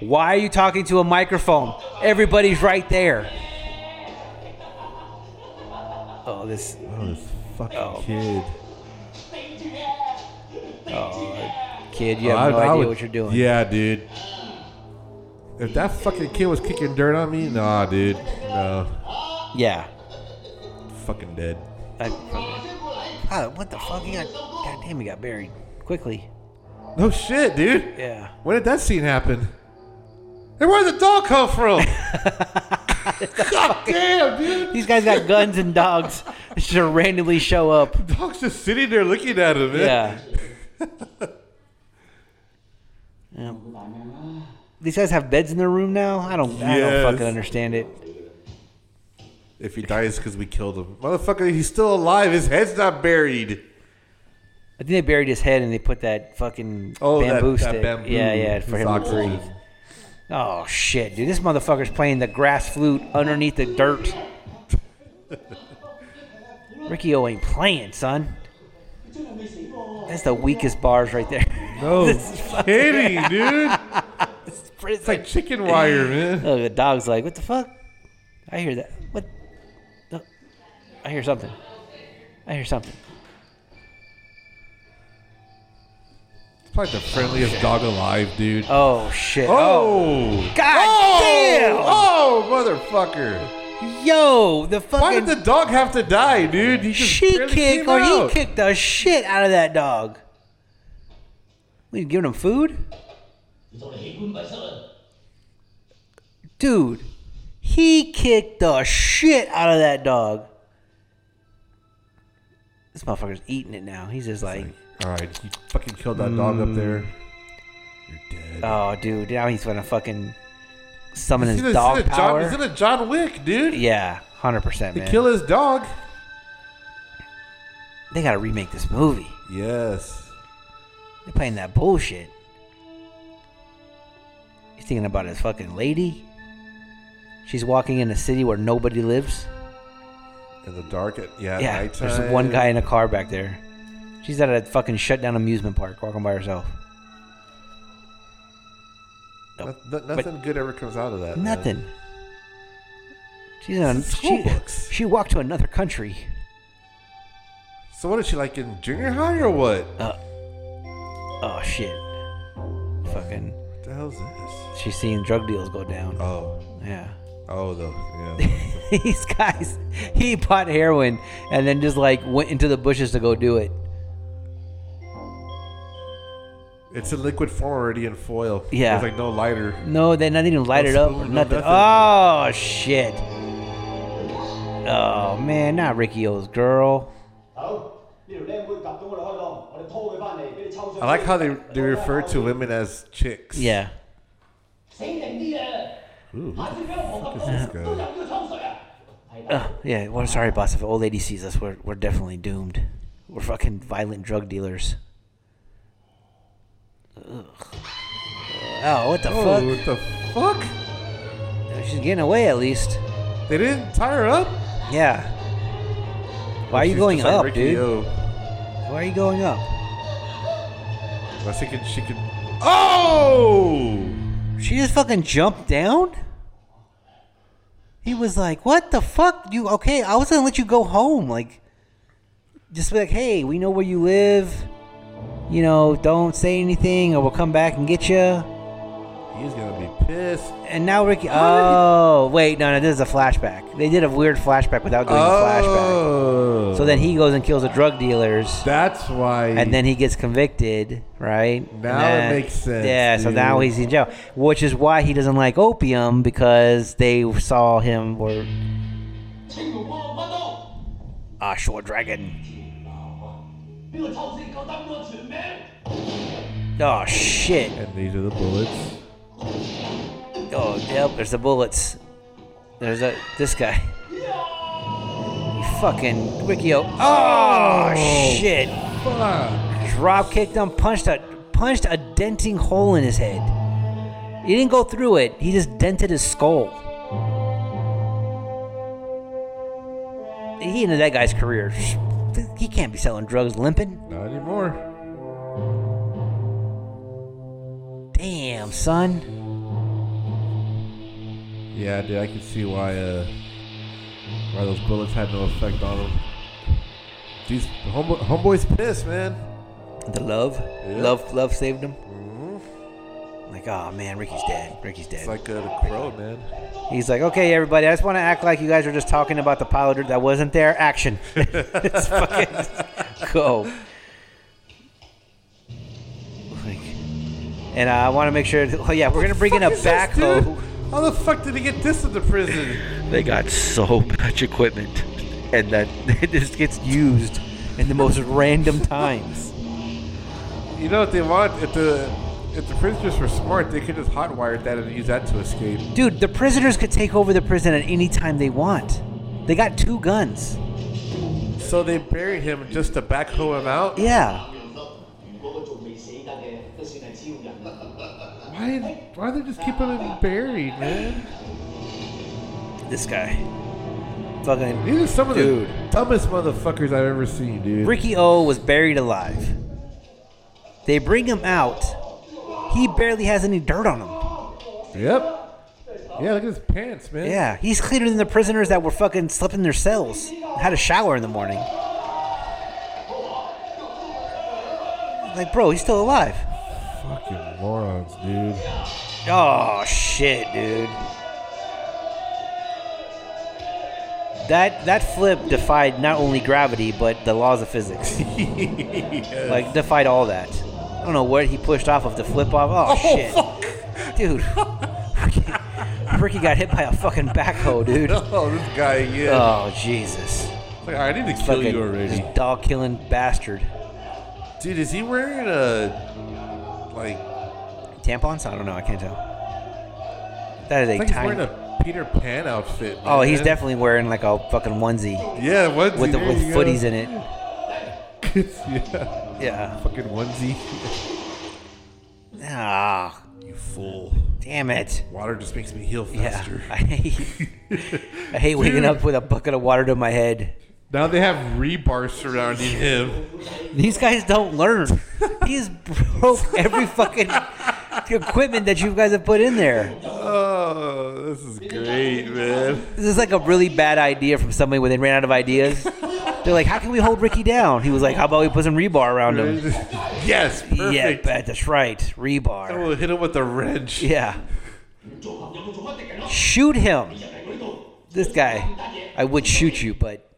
S1: Why are you talking to a microphone? Everybody's right there. Oh, this.
S2: Oh, this fucking
S1: Oh.
S2: kid.
S1: Oh, kid, you have no idea what you're doing.
S2: Yeah, dude. If that fucking kid was kicking dirt on me, nah, dude. No.
S1: Yeah.
S2: Fucking dead.
S1: I, Wow, what the fuck? He got. God damn, he got buried quickly.
S2: No shit, dude.
S1: Yeah.
S2: When did that scene happen? And where did the dog come from? God damn, dude.
S1: These guys got guns and dogs. Just randomly show up.
S2: Dog's just sitting there looking at him, man.
S1: Yeah. Yeah. These guys have beds in their room now. I don't. I
S2: Yes.
S1: don't fucking understand it.
S2: If he dies because we killed him. Motherfucker, he's still alive. His head's not buried.
S1: I think they buried his head and they put that fucking
S2: Oh, that-
S1: bamboo
S2: that
S1: stick.
S2: bamboo
S1: yeah, yeah, for him to
S2: oxygen.
S1: breathe. Oh shit, dude! This motherfucker's playing the grass flute underneath the dirt. Ricky O ain't playing, son. That's the weakest bars right there.
S2: No
S1: This is fucking-
S2: kidding, dude.
S1: It's
S2: It's like chicken wire, man.
S1: Look, the dog's like, what the fuck? I hear that. What? The? I hear something. I hear something.
S2: It's probably the friendliest dog alive, dude.
S1: Oh shit!
S2: oh.
S1: God damn!
S2: Oh, motherfucker!
S1: yo, the fucking
S2: Why did the dog have to die, dude? He just
S1: she
S2: barely
S1: kicked
S2: came
S1: or
S2: out.
S1: he kicked the shit out of that dog. We giving him food,
S4: 你就嚟器官迷失啦！
S1: dude. He kicked the shit out of that dog. This motherfucker's eating it now. He's just like,
S2: All right, you fucking killed that dog up there. You're dead.
S1: oh, dude, now he's gonna fucking summon
S2: He's
S1: his
S2: in a-
S1: dog
S2: he's in a John,
S1: power.
S2: he's in a John Wick, dude.
S1: yeah, hundred percent,
S2: He
S1: man.
S2: kill his dog.
S1: They gotta remake this movie.
S2: Yes.
S1: They're playing that bullshit. He's thinking about his fucking lady. She's walking in a city where nobody lives.
S2: In the dark, at, yeah, at
S1: yeah,
S2: nighttime.
S1: there's one guy in a car back there. She's at a fucking shut down amusement park walking by herself.
S2: No- no- nothing good ever comes out of that. man.
S1: Nothing. She's in a,
S2: School
S1: she,
S2: books.
S1: she walked to another country.
S2: So what is she like in junior high or what?
S1: Uh, oh shit. Fucking.
S2: What the hell is this?
S1: She's seeing drug deals go down.
S2: Oh,
S1: Yeah.
S2: oh, the yeah.
S1: These guys, he bought heroin and then just like went into the bushes to go do it.
S2: it's a liquid form already in foil.
S1: Yeah.
S2: There's like no lighter.
S1: No, they not even light
S2: No
S1: it up or
S2: spoon, no
S1: nothing.
S2: nothing.
S1: Oh shit. Oh man, not Ricky O's girl.
S3: 好，呢條僆妹夾到我哋開檔，我哋拖佢翻嚟，俾你抽水。
S2: I like how they they refer to women as chicks.
S1: Yeah.
S3: 死定啲啊！
S2: Ooh,
S3: What the fuck
S2: is this guy?
S3: 都有要抽水啊！係
S1: Uh, yeah. Well, sorry, boss. If an old lady sees us, we're we're definitely doomed. We're fucking violent drug dealers. Ugh. Oh, what the
S2: Oh, what the fuck?
S1: fuck? She's getting away at least.
S2: They didn't tie her up.
S1: Yeah. Why are you
S2: She's
S1: going
S2: just like
S1: up,
S2: Ricky
S1: dude?
S2: O.
S1: Why are you going up?
S2: Unless she can, she can. Oh!
S1: She just fucking jumped down? He was like, What the fuck? You okay, I was gonna let you go home. Like just be like, hey, we know where you live. You know, don't say anything or we'll come back and get you.
S2: He's gonna be pissed.
S1: And now Ricky Oh wait, no no, this is a flashback. They did a weird flashback without doing
S2: Oh.
S1: a flashback. So then he goes and kills the drug dealers.
S2: That's why.
S1: and then he gets convicted, right? And
S2: Now it
S1: then-
S2: makes sense,
S1: Yeah, so now
S2: dude.
S1: he's in jail, which is why he doesn't like opium because they saw him or
S4: 青龍幫我軍刀，
S1: Ah Shore Dragon.
S4: 呢個臭先夠膽我全名。
S1: Oh shit!
S2: And these are the bullets.
S1: Oh yep, there's the bullets. There's a this guy. He fucking Riccio. Oh, shit!
S2: Fuck.
S1: Drop kicked him, punched a punched a denting hole in his head. He didn't go through it. He just dented his skull. He ended that guy's career. He can't be selling drugs limping.
S2: Not anymore.
S1: Damn, son.
S2: Yeah, dude, I can see why uh, why those bullets had no effect on him. These homeboy, homeboy's pissed, man.
S1: The love,
S2: Yeah.
S1: love, love saved him. Like, oh man, Ricky's dead. Ricky's dead.
S2: It's like uh, the crow, man.
S1: He's like, okay, everybody, I just want to act like you guys were just talking about the pilot that wasn't there. Action. Let's fucking go. Like, and I want to make sure. oh, yeah, we're going to bring in a
S2: Fuck is this, dude?
S1: backhoe.
S2: How the fuck did he get this into prison?
S1: They got so much equipment, and that it just gets used in the most random times.
S2: You know, if they want, if the if the prisoners were smart, they could have hotwired that and used that to escape.
S1: Dude, the prisoners could take over the prison at any time they want. They got two guns.
S2: So they buried him just to backhoe him out.
S1: Yeah.
S3: 如果佢仲未死得嘅，都算係超人啦。
S2: Why? Why they just keep him buried, man?
S1: This guy. Fucking.
S2: These are some of
S1: Dude.
S2: the dumbest motherfuckers I've ever seen, dude.
S1: Ricky O was buried alive. They bring him out. He barely has any dirt on him.
S2: Yep. Yeah, look at his pants, man.
S1: Yeah, he's cleaner than the prisoners that were fucking slept in their cells, had a shower in the morning. Like, bro, he's still alive.
S2: Fucking morons, dude.
S1: Oh shit, dude. That that flip defied not only gravity but the laws of physics. Like defied all that. I don't know what he pushed off of the flip off. Oh, shit, dude. Ricky, Ricky got hit by a fucking backhoe, dude.
S2: Oh, this guy, yeah.
S1: Oh Jesus.
S2: It's like, I need to kill
S1: Fucking
S2: you already.
S1: dog killing bastard.
S2: Dude, is he wearing a. Like.
S1: Tampons? I don't know. I can't tell. That is a
S2: I think he's
S1: tiny.
S2: wearing a Peter Pan outfit.
S1: oh, he's
S2: man.
S1: definitely wearing like a fucking onesie
S2: Yeah, onesie.
S1: with the,
S2: there
S1: with
S2: you go.
S1: footies in it.
S2: yeah.
S1: Yeah.
S2: Fucking onesie.
S1: Ah,
S2: You fool.
S1: damn it.
S2: Water just makes me heal
S1: Yeah.
S2: faster.
S1: I hate, I hate waking
S2: Dude.
S1: up with a bucket of water to my head.
S2: Now they have rebars surrounding him.
S1: These guys don't learn. He's broke every fucking equipment that you guys have put in there.
S2: Oh, this is great, man.
S1: This is like a really bad idea from somebody when they ran out of ideas. They're like, how can we hold Ricky down? He was like, how about we put some rebar around him?
S2: yes,
S1: Yeah,
S2: perfect.
S1: but that's right. Rebar.
S2: we'll hit him with a wrench.
S1: Yeah.
S4: 做朋友做乜嘢咯？
S1: Shoot him.
S4: 日嚟佢呢度，
S1: This guy. I would shoot you, but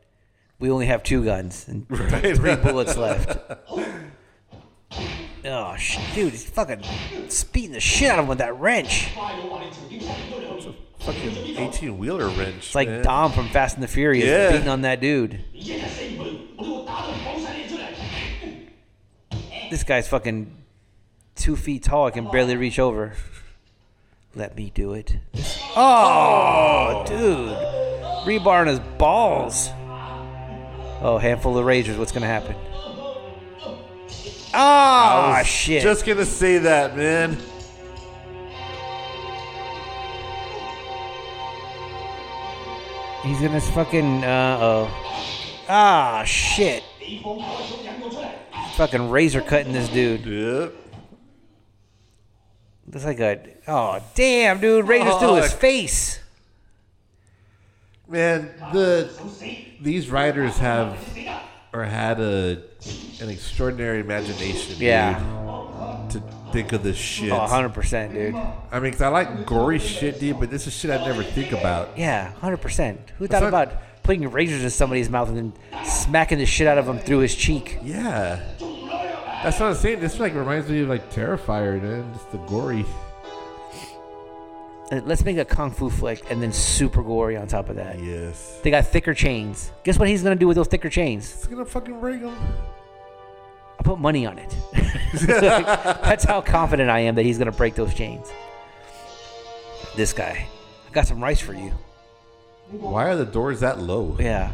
S1: we only have two guns and
S2: Right.
S1: three bullets left. Oh, sh- dude, he's fucking just beating the shit out of him with that wrench.
S4: 快到話你曾經殺咗兩次，
S2: Fucking 18 wheeler wrench.
S1: It's like
S2: man.
S1: Dom from Fast and the Furious
S2: Yeah.
S1: beating on that dude.
S4: 你一日四倍，我都會打到講晒你出嚟。
S1: This guy's fucking two feet tall. I can barely reach over. Let me do it. Oh, dude. Rebar on his balls. Oh, handful of razors. What's going to happen?
S2: I
S1: Oh,
S2: was
S1: shit.
S2: Just gonna say that, man.
S1: He's going to fucking. Uh oh. Ah, shit.
S4: 你放我手引我出嚟，
S1: Fucking razor cutting this dude.
S2: Yep.
S1: That's like a. Oh, damn, dude. Razors through his
S2: Fuck.
S1: face.
S2: Man, the
S4: 想死，你
S2: these writers have
S4: 死啦！
S2: or had a an extraordinary imagination.
S1: Yeah.
S2: dude, to think of this shit.
S1: Oh, 100%, dude.
S2: I mean, 'cause I like gory shit, dude, but this is shit I'd never think about.
S1: Yeah, hundred percent. Who
S2: That's
S1: thought
S2: not-
S1: about putting razors in somebody's mouth and then smacking the shit out of them through his cheek?
S2: Yeah. That's what I'm saying. This like reminds me of like Terrifier, man. Just the gory.
S1: Uh, Let's make a kung fu flick and then super gory on top of that.
S2: Yes.
S1: They got thicker chains. Guess what he's gonna do with those thicker chains?
S2: It's gonna fucking break him.
S1: I put money on it. That's how confident I am that he's gonna break those chains. This guy, I got some rice for you.
S2: Why are the doors that low?
S1: Yeah.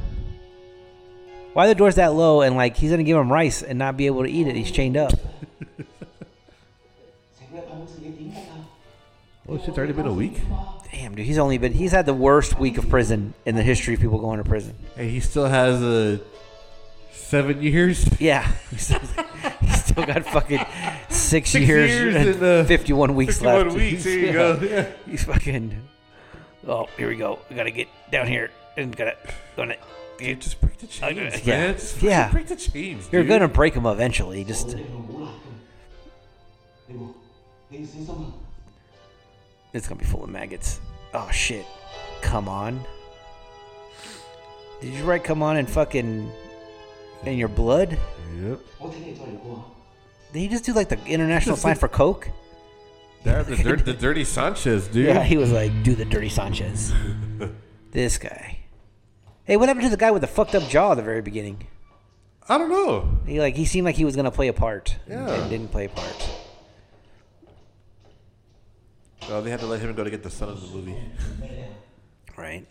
S1: Why are the doors that low and like he's gonna give him rice and not be able to eat it? He's chained up.
S4: 成日瞓自己點得啊？
S2: Oh shit, it's already been a week.
S1: Damn, dude, he's only been he's had the worst week of prison in the history of people going to prison.
S2: And he still has a seven years.
S1: Yeah, he's still, he's still got fucking six,
S2: Six
S1: years,
S2: years
S1: and,
S2: and, uh,
S1: 51 weeks
S2: 51
S1: left.
S2: weeks, there you
S1: Yeah.
S2: go, yeah.
S1: He's fucking. Oh, here we go. We gotta get down here and gotta gonna.
S2: Dude, just break the chains,
S1: Okay.
S2: man.
S1: Yeah.
S2: Just fucking
S1: Yeah.
S2: break the chains.
S1: You're
S2: dude.
S1: gonna break him eventually. Just
S4: 你唔好難㗎，你冇，你小心啊！
S1: it's gonna be full of maggots. Oh shit! Come on. Did you write "come on" and fucking in your blood?
S2: Yep.
S4: 我請你再嚟過啊！
S1: Did he just do like the international sign for Coke?
S2: There's the, dirt, the dirty Sanchez, dude.
S1: Yeah, he was like, do the dirty Sanchez. this guy. Hey, what happened to the guy with the fucked up jaw at the very beginning?
S2: I don't know.
S1: He like he seemed like he was gonna play a part. and-
S2: Yeah.
S1: And didn't play a part.
S2: Oh, they had to let him go to get the son of the movie.
S1: Right.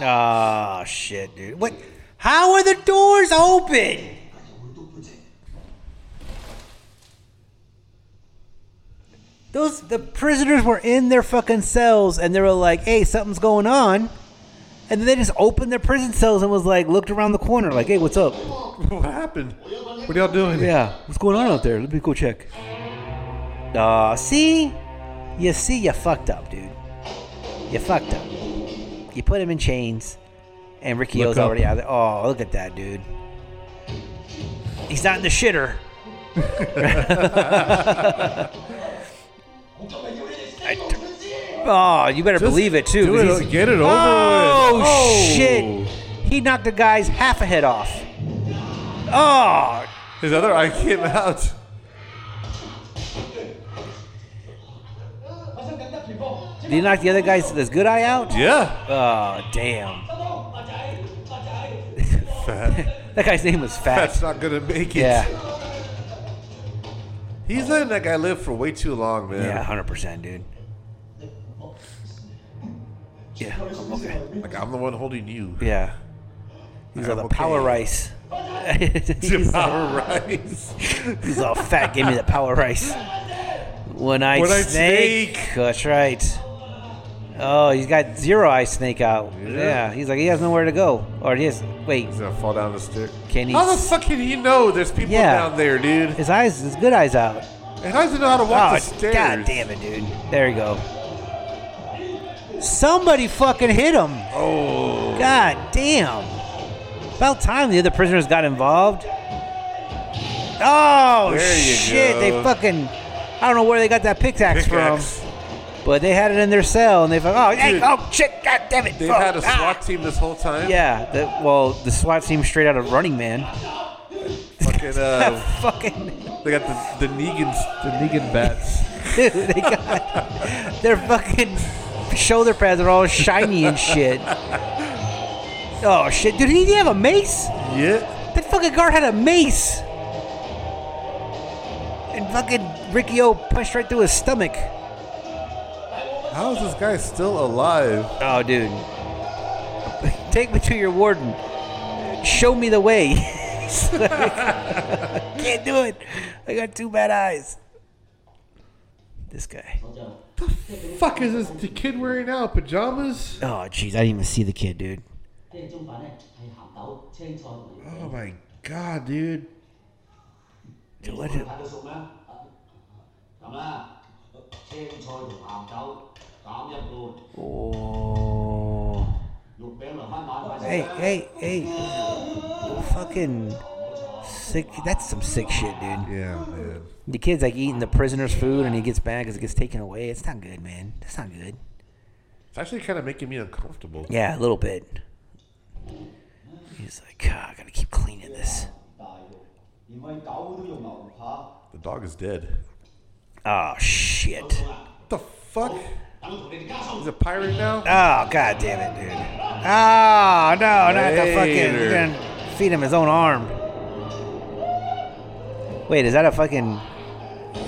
S1: Ah shit, dude. What how are the doors open?
S4: 但係我都不值。
S1: Those the prisoners were in their fucking cells and they were like, hey, something's going on. And then they just opened their prison cells and was like looked around the corner like, hey, what's up?
S2: what happened? What y'all doing?
S1: Yeah, what's going on out there? Let me go check. Uh, see? You see, you fucked up, dude. You fucked up. You put him in chains, and Ricky
S2: Look
S1: O's
S2: up.
S1: already out there. Oh, look at that, dude. He's not in the shitter. Oh, you better
S2: Just
S1: believe it too.
S2: do
S1: 'cause
S2: it-
S1: he's-
S2: get it over with.
S1: Oh,
S2: Oh.
S1: shit! He knocked the guy's half a head off. Oh,
S2: His other eye came out.
S1: did he knock the other guy's this good eye out?
S2: Yeah.
S1: Oh, damn.
S2: Fat.
S1: That guy's name was Fat.
S2: That's not gonna make it.
S1: yeah,
S2: He's letting that guy live for way too long, man.
S1: yeah, hundred percent, dude. Yeah, I'm okay.
S2: Like I'm the one holding you.
S1: Yeah, he's all
S2: I'm
S1: the power
S2: okay.
S1: rice.
S2: To
S1: he's,
S2: power rise.
S1: he's all fat. Give me the power rice. One eyed
S2: One-eyed
S1: snake.
S2: snake.
S1: That's right. Oh, he's got zero eye snake out.
S2: Yeah.
S1: Yeah. he's like he has nowhere to go. Or he has wait,
S2: He's gonna fall down the stick.
S1: Can he-
S2: How the fuck can he know there's people
S1: Yeah.
S2: down there, dude?
S1: his eyes, his good eyes out.
S2: And how does he know how to walk the
S1: Oh,
S2: stairs?
S1: god damn it, dude. There you go. Somebody fucking hit him.
S2: Oh.
S1: God damn. About time the other prisoners got involved. Oh,
S2: There you
S1: shit.
S2: go.
S1: They fucking. I don't know where they got that pickaxe,
S2: Pickaxe.
S1: from, but they had it in their cell and they fuck. Oh, hey,
S2: Dude.
S1: oh, shit. God damn it.
S2: They've
S1: fuck,
S2: had a
S1: ah.
S2: SWAT team this whole time.
S1: Yeah. The, well, the SWAT team straight out of Running Man.
S2: Fucking, uh,
S1: fucking.
S2: they got the the Negans, the Negan bats.
S1: Dude, they got their fucking shoulder pads are all shiny and shit. Oh shit, dude, did he have a mace?
S2: yeah.
S1: That fucking guard had a mace. And fucking Ricky O punched right through his stomach.
S2: How is this guy still alive?
S1: Oh, dude. Take me to your warden. Show me the way. It's like, I can't do it. I got two bad eyes. This guy.
S2: Fuck is this the kid wearing out pajamas?
S1: Oh, jeez, I didn't even see the kid, dude.
S2: Oh my god, dude.
S1: Dude, what did-
S3: 睇得熟咩？咁啦，青菜同鹹豆斬一半，
S1: Oh.
S3: 肉餅留翻晚飯食。
S1: Hey, hey, hey. Fucking sick. That's some sick shit, dude.
S2: Yeah, man.
S1: The kid's like eating the prisoner's food and he gets mad because it gets taken away. It's not good, man. That's not good.
S2: It's actually kind of making me uncomfortable.
S1: Yeah, a little bit. He's like, "Ah, I gotta keep cleaning this.
S3: 大肉，連喂狗都用牛扒。
S2: The dog is dead.
S1: Oh, shit.
S2: What the fuck?
S3: 等我同你哋加餸
S2: He's a pirate now?
S1: Oh, god damn it, dude. Oh, no, not the fucking.
S2: Later.
S1: You're gonna feed him his own arm. Wait, is that a fucking.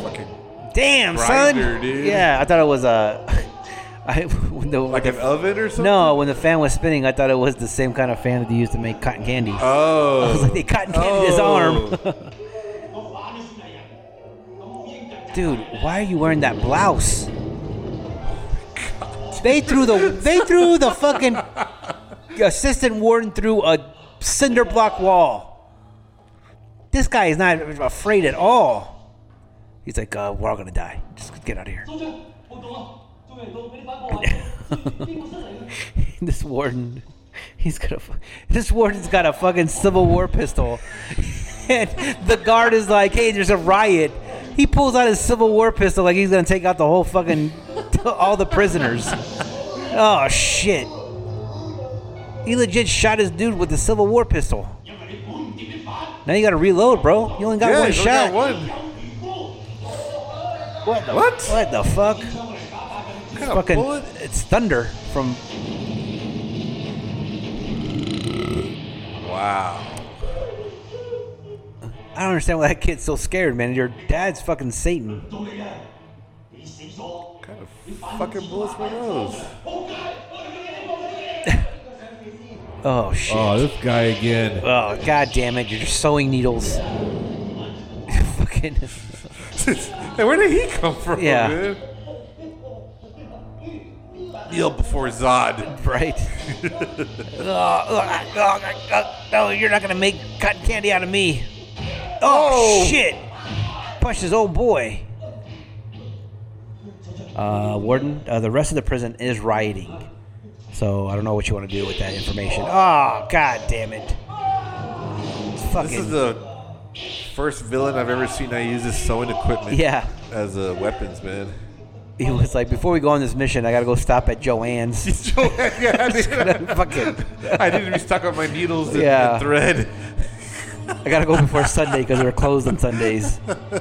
S2: Fucking
S1: Damn,
S2: Grinder,
S1: son.
S2: dude.
S1: Yeah, I thought it was a. I when the,
S2: like an oven or something?
S1: no, when the fan was spinning, I thought it was the same kind of fan that they used to make cotton candy.
S2: Oh.
S1: I was like, they cotton candied his
S2: Oh.
S1: arm.
S3: 我玩你先嚟啊！咁烏蠅就 〜
S1: Dude, why are you wearing that blouse? They threw the they threw the fucking assistant warden through a cinder block wall. This guy is not afraid at all. He's like, uh, we're all gonna die. Just get out of here.
S3: 中將，報道啊！中人到俾你反駁啊！邊個失嚟嘅？
S1: this warden he's got a fu- this warden's got a fucking civil war pistol and the guard is like hey there's a riot he pulls out his civil war pistol like he's gonna take out the whole fucking all the prisoners oh shit he legit shot his dude with the civil war pistol now you gotta reload bro you only got
S2: Yeah,
S1: one
S2: he's only got
S1: shot
S2: one.
S1: What, the,
S2: What?
S1: what the fuck
S2: What kind of
S1: fucking
S2: bullet?
S1: it's thunder from
S2: Wow.
S1: I don't understand why that kid's so scared, man. Your dad's fucking Satan.
S3: 到你嘅，你死咗！
S2: What kind of fucking bullets were those?
S3: 仆街！我哋嘅嘢冇嘢。
S1: Oh shit.
S2: Oh, this guy again.
S1: Oh god damn it, you're sewing needles. fucking
S2: hey, where did he come from,
S1: Yeah.
S2: man? Kneel before Zod.
S1: right. oh, oh, oh, oh, no, you're not gonna make cotton candy out of me. Oh,
S2: Oh.
S1: shit! Punched his old boy. uh, warden. Uh, the rest of the prison is rioting. So I don't know what you want to do with that information. Oh, god damn it. It's fucking.
S2: This is the first villain I've ever seen that uses sewing equipment
S1: yeah.
S2: as uh, weapons, man.
S1: He was like, before we go on this mission, I got to go stop at Joanne's.
S2: yeah, I didn't-
S1: fucking.
S2: I needed to be stuck on my needles and, and
S1: Yeah.
S2: thread.
S1: I got to go before Sunday because they're closed on Sundays.
S2: Uh,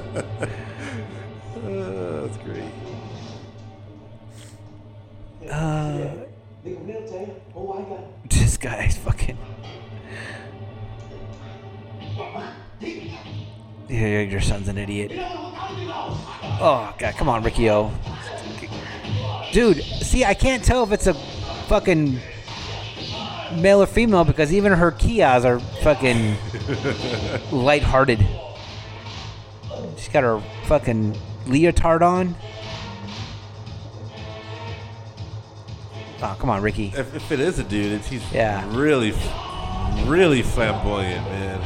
S2: that's great.
S3: 你咁叻仔，好玩㗎。
S1: This guy's fucking. Yeah, your- your son's an idiot. Oh god, come on, Riccio. Dude, see, I can't tell if it's a fucking male or female because even her kias are fucking lighthearted. She's got her fucking leotard on. Oh, come on, Ricky.
S2: If, if it is a dude, it's, he's
S1: Yeah.
S2: really, really flamboyant, man.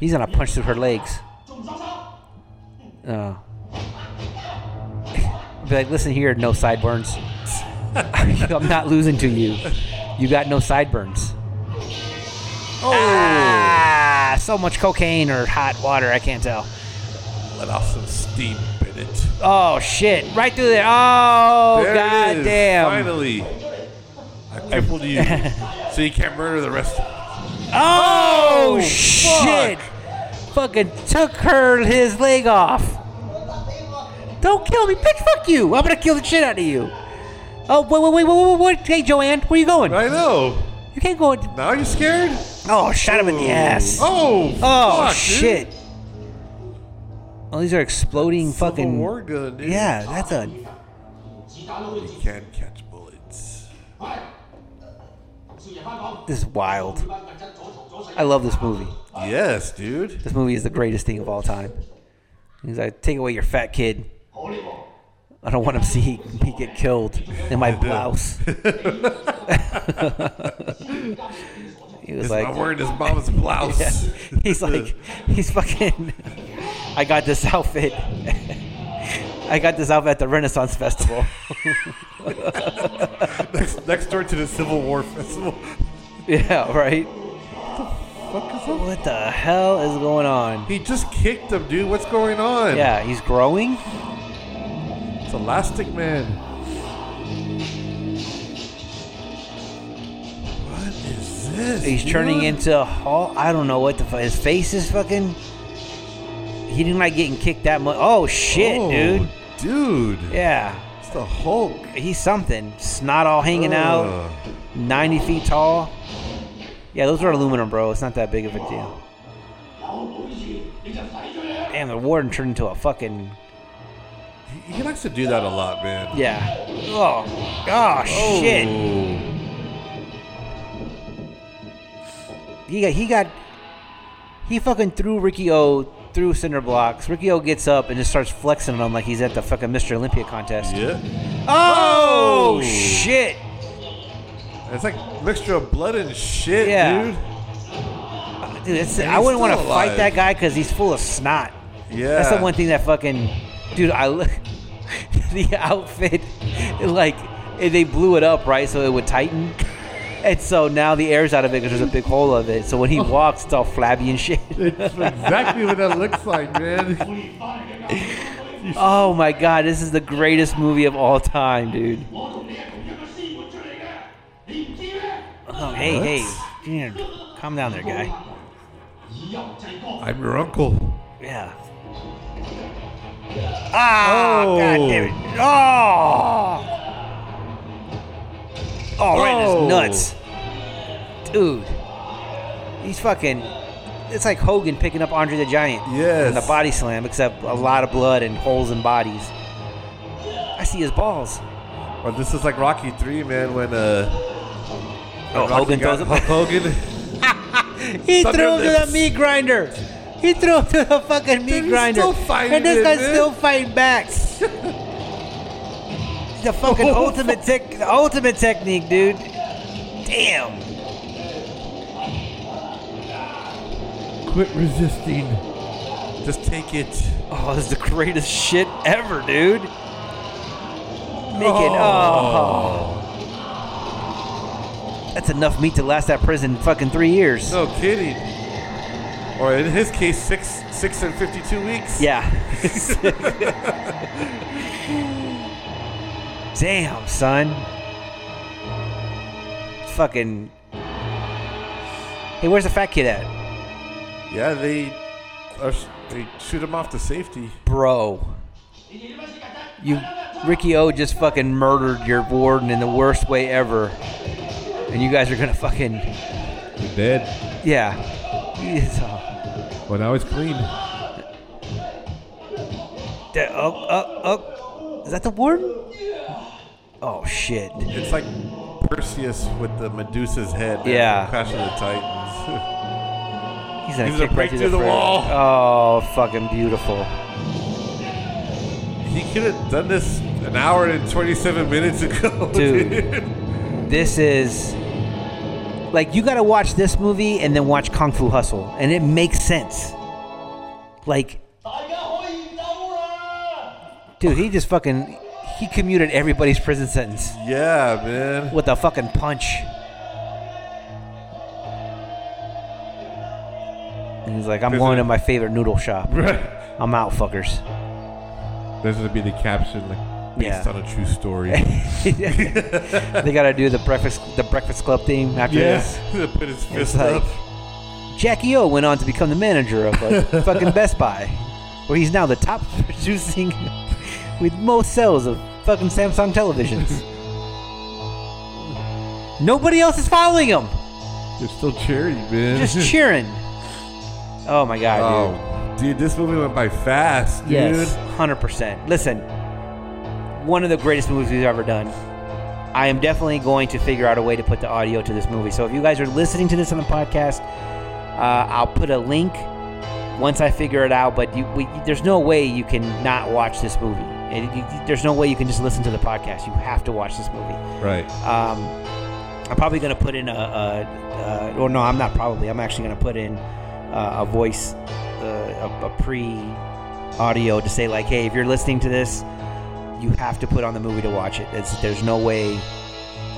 S1: He's gonna punch through her legs. Oh. Be like, listen here, no sideburns. I'm not losing to you. You got no sideburns.
S2: Oh,
S1: Ah, so much cocaine or hot water, I can't tell.
S2: let off some steam, Bennett.
S1: Oh shit! Right through there. Oh
S2: There it
S1: god
S2: is,
S1: damn!
S2: Finally, I crippled you, so you can't murder the rest. of
S1: Oh,
S2: Oh,
S1: shit! Fucking took her his leg off. Don't kill me, bitch! Fuck you! I'm gonna kill the shit out of you. Oh wait, wait, wait, wait, wait, wait! Hey, Joanne, where you going?
S2: I know.
S1: You can't go. in-
S2: Now you're scared.
S1: Oh, shot him in the ass.
S2: Oh,
S1: Oh
S2: fuck, dude.
S1: shit! Oh, these are exploding
S2: Civil
S1: fucking.
S2: war gun, dude.
S1: Yeah, that's a.
S4: 是但都會
S2: You can't catch bullets.
S4: 係。少爺翻講，
S1: This is wild.
S4: 班特質左嘈左勢
S1: I love this movie.
S2: Yes, dude.
S1: This movie is the greatest thing of all time. He's like, take away your fat kid. I don't want him to see me get killed in my blouse. he was
S2: It's
S1: like,
S2: not wearing his mama's blouse.
S1: yeah. he's like, he's fucking. I got this outfit. I got this outfit at the Renaissance Festival.
S2: next, next door to the Civil War Festival.
S1: yeah, right.
S2: Fuck is up?
S1: What the hell is going on?
S2: He just kicked him, dude. What's going on?
S1: Yeah, he's growing.
S2: It's Elastic Man. What is this?
S1: He's turning
S2: dude?
S1: into a hall. I don't know what the fuck. His face is fucking. He didn't like getting kicked that much. Oh shit,
S2: Oh,
S1: dude.
S2: Dude.
S1: Yeah,
S2: It's the Hulk.
S1: he's something. Snot all hanging out.
S2: Ugh.
S1: Ninety feet tall. Yeah, those are aluminum, bro. It's not that big of a deal. Damn, the warden turned into a fucking
S2: He, he likes to do that a lot, man.
S1: yeah. Oh, oh shit. He got he got he fucking threw Ricky O through cinder blocks. Ricky O gets up and just starts flexing on him like he's at the fucking Mr. Olympia contest.
S2: Yeah. Oh,
S1: Oh
S2: Whoa.
S1: shit!
S2: It's like a mixture of blood and shit,
S1: Yeah.
S2: dude.
S1: Dude, it's,
S2: And
S1: I
S2: he's
S1: wouldn't want to
S2: still
S1: fight
S2: alive.
S1: that guy because he's full of snot.
S2: Yeah.
S1: That's the one thing that fucking dude. I look the outfit, like and they blew it up right so it would tighten, and so now the air's out of it because there's a big hole of it. So when he walks, it's all flabby and shit.
S2: It's exactly what that looks like, man.
S1: Oh my god, this is the greatest movie of all time, dude. Oh, hey, hey, you know, calm down there, guy.
S2: I'm your uncle.
S1: Yeah. Ah,
S2: Oh.
S1: god damn it. Oh! Oh, right
S2: Oh.
S1: in his nuts. Dude. He's fucking. It's like Hogan picking up Andre the Giant.
S2: Yes.
S1: In the body slam, except a lot of blood and holes in bodies. I see his balls.
S2: Well, this is like Rocky 3, man, when uh
S1: Oh,
S2: Rocky
S1: Hogan
S2: got
S1: throws him.
S2: Hulk Hogan.
S1: He
S2: Thunder
S1: threw him to the
S2: lips.
S1: meat grinder. He threw him to the fucking meat
S2: Dude, he's
S1: grinder.
S2: still fighting
S1: and this
S2: it,
S1: guy's
S2: man.
S1: still fighting back. the fucking ultimate tech, the ultimate technique, dude. Damn.
S2: Quit resisting. Just take it.
S1: Oh, this is the greatest shit ever, dude. Make it. Oh. That's enough meat to last that prison fucking three years.
S2: No kidding. Or in his case, six, six and fifty-two weeks.
S1: Yeah. Damn, son. Fucking. Hey, where's the fat kid at?
S2: Yeah, they, uh, sh- they shoot him off to safety.
S1: Bro. You. Ricky O just fucking murdered your warden in the worst way ever. And you guys are gonna fucking.
S5: You're dead.
S1: Yeah. It's, uh,
S5: Well, now it's clean.
S1: that- oh, oh, oh. Is that the warden? Oh, shit.
S2: It's like Perseus with the Medusa's head. man,
S1: Yeah.
S2: from Clash of the Titans.
S1: He's gonna,
S2: He's gonna
S1: kick
S2: break
S1: right through
S2: through the
S1: fridge. Oh, fucking beautiful.
S2: he could have done this an hour and twenty-seven minutes ago,
S1: Dude. This is like you gotta watch this movie and then watch Kung Fu Hustle, and it makes sense. Like,
S3: 哎啊
S1: dude, he just fucking he commuted everybody's prison sentence
S2: yeah, man.
S1: with a fucking punch. And he's like, I'm
S2: Prison-
S1: going to my favorite noodle shop. I'm out, fuckers.
S5: This would be the caption, like based
S1: Yeah.
S5: on a true story.
S1: they gotta do the breakfast the Breakfast Club theme after this.
S2: put his fist
S1: like-
S2: up.
S1: Jackie O went on to become the manager of like, fucking Best Buy, where he's now the top producing with most sales of fucking Samsung televisions. Nobody else is following him.
S5: They're still cheering, man.
S1: Just cheering. Oh my god, dude.
S2: Oh, dude, this movie went by fast, dude.
S1: Yes, hundred percent. Listen, one of the greatest movies we've ever done. I am definitely going to figure out a way to put the audio to this movie. So if you guys are listening to this on the podcast, uh, I'll put a link once I figure it out. But you, we, there's no way you can not watch this movie. And you, you- there's no way you can just listen to the podcast. You have to watch this movie.
S5: Right.
S1: Um, I'm probably going to put in a, a, a. Or no, I'm not probably. I'm actually going to put in uh, a voice, uh, a, a pre audio to say, like, hey, if you're listening to this, you have to put on the movie to watch it. It's, there's no way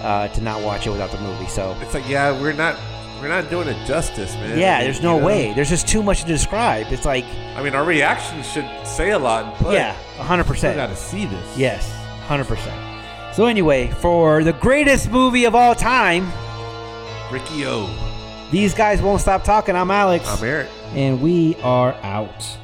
S1: uh, to not watch it without the movie. So,
S2: It's like, yeah, we're not, we're not doing it justice, man.
S1: yeah, there's no
S2: You know?
S1: way. There's just too much to describe. It's like,
S2: I mean, our reactions should say a lot, but
S1: yeah, 100%.
S5: You gotta see this.
S1: Yes, 100%. So, anyway, for the greatest movie of all time,
S2: Ricky O.
S1: these guys won't stop talking. I'm Alex.
S2: I'm Eric.
S1: and we are out.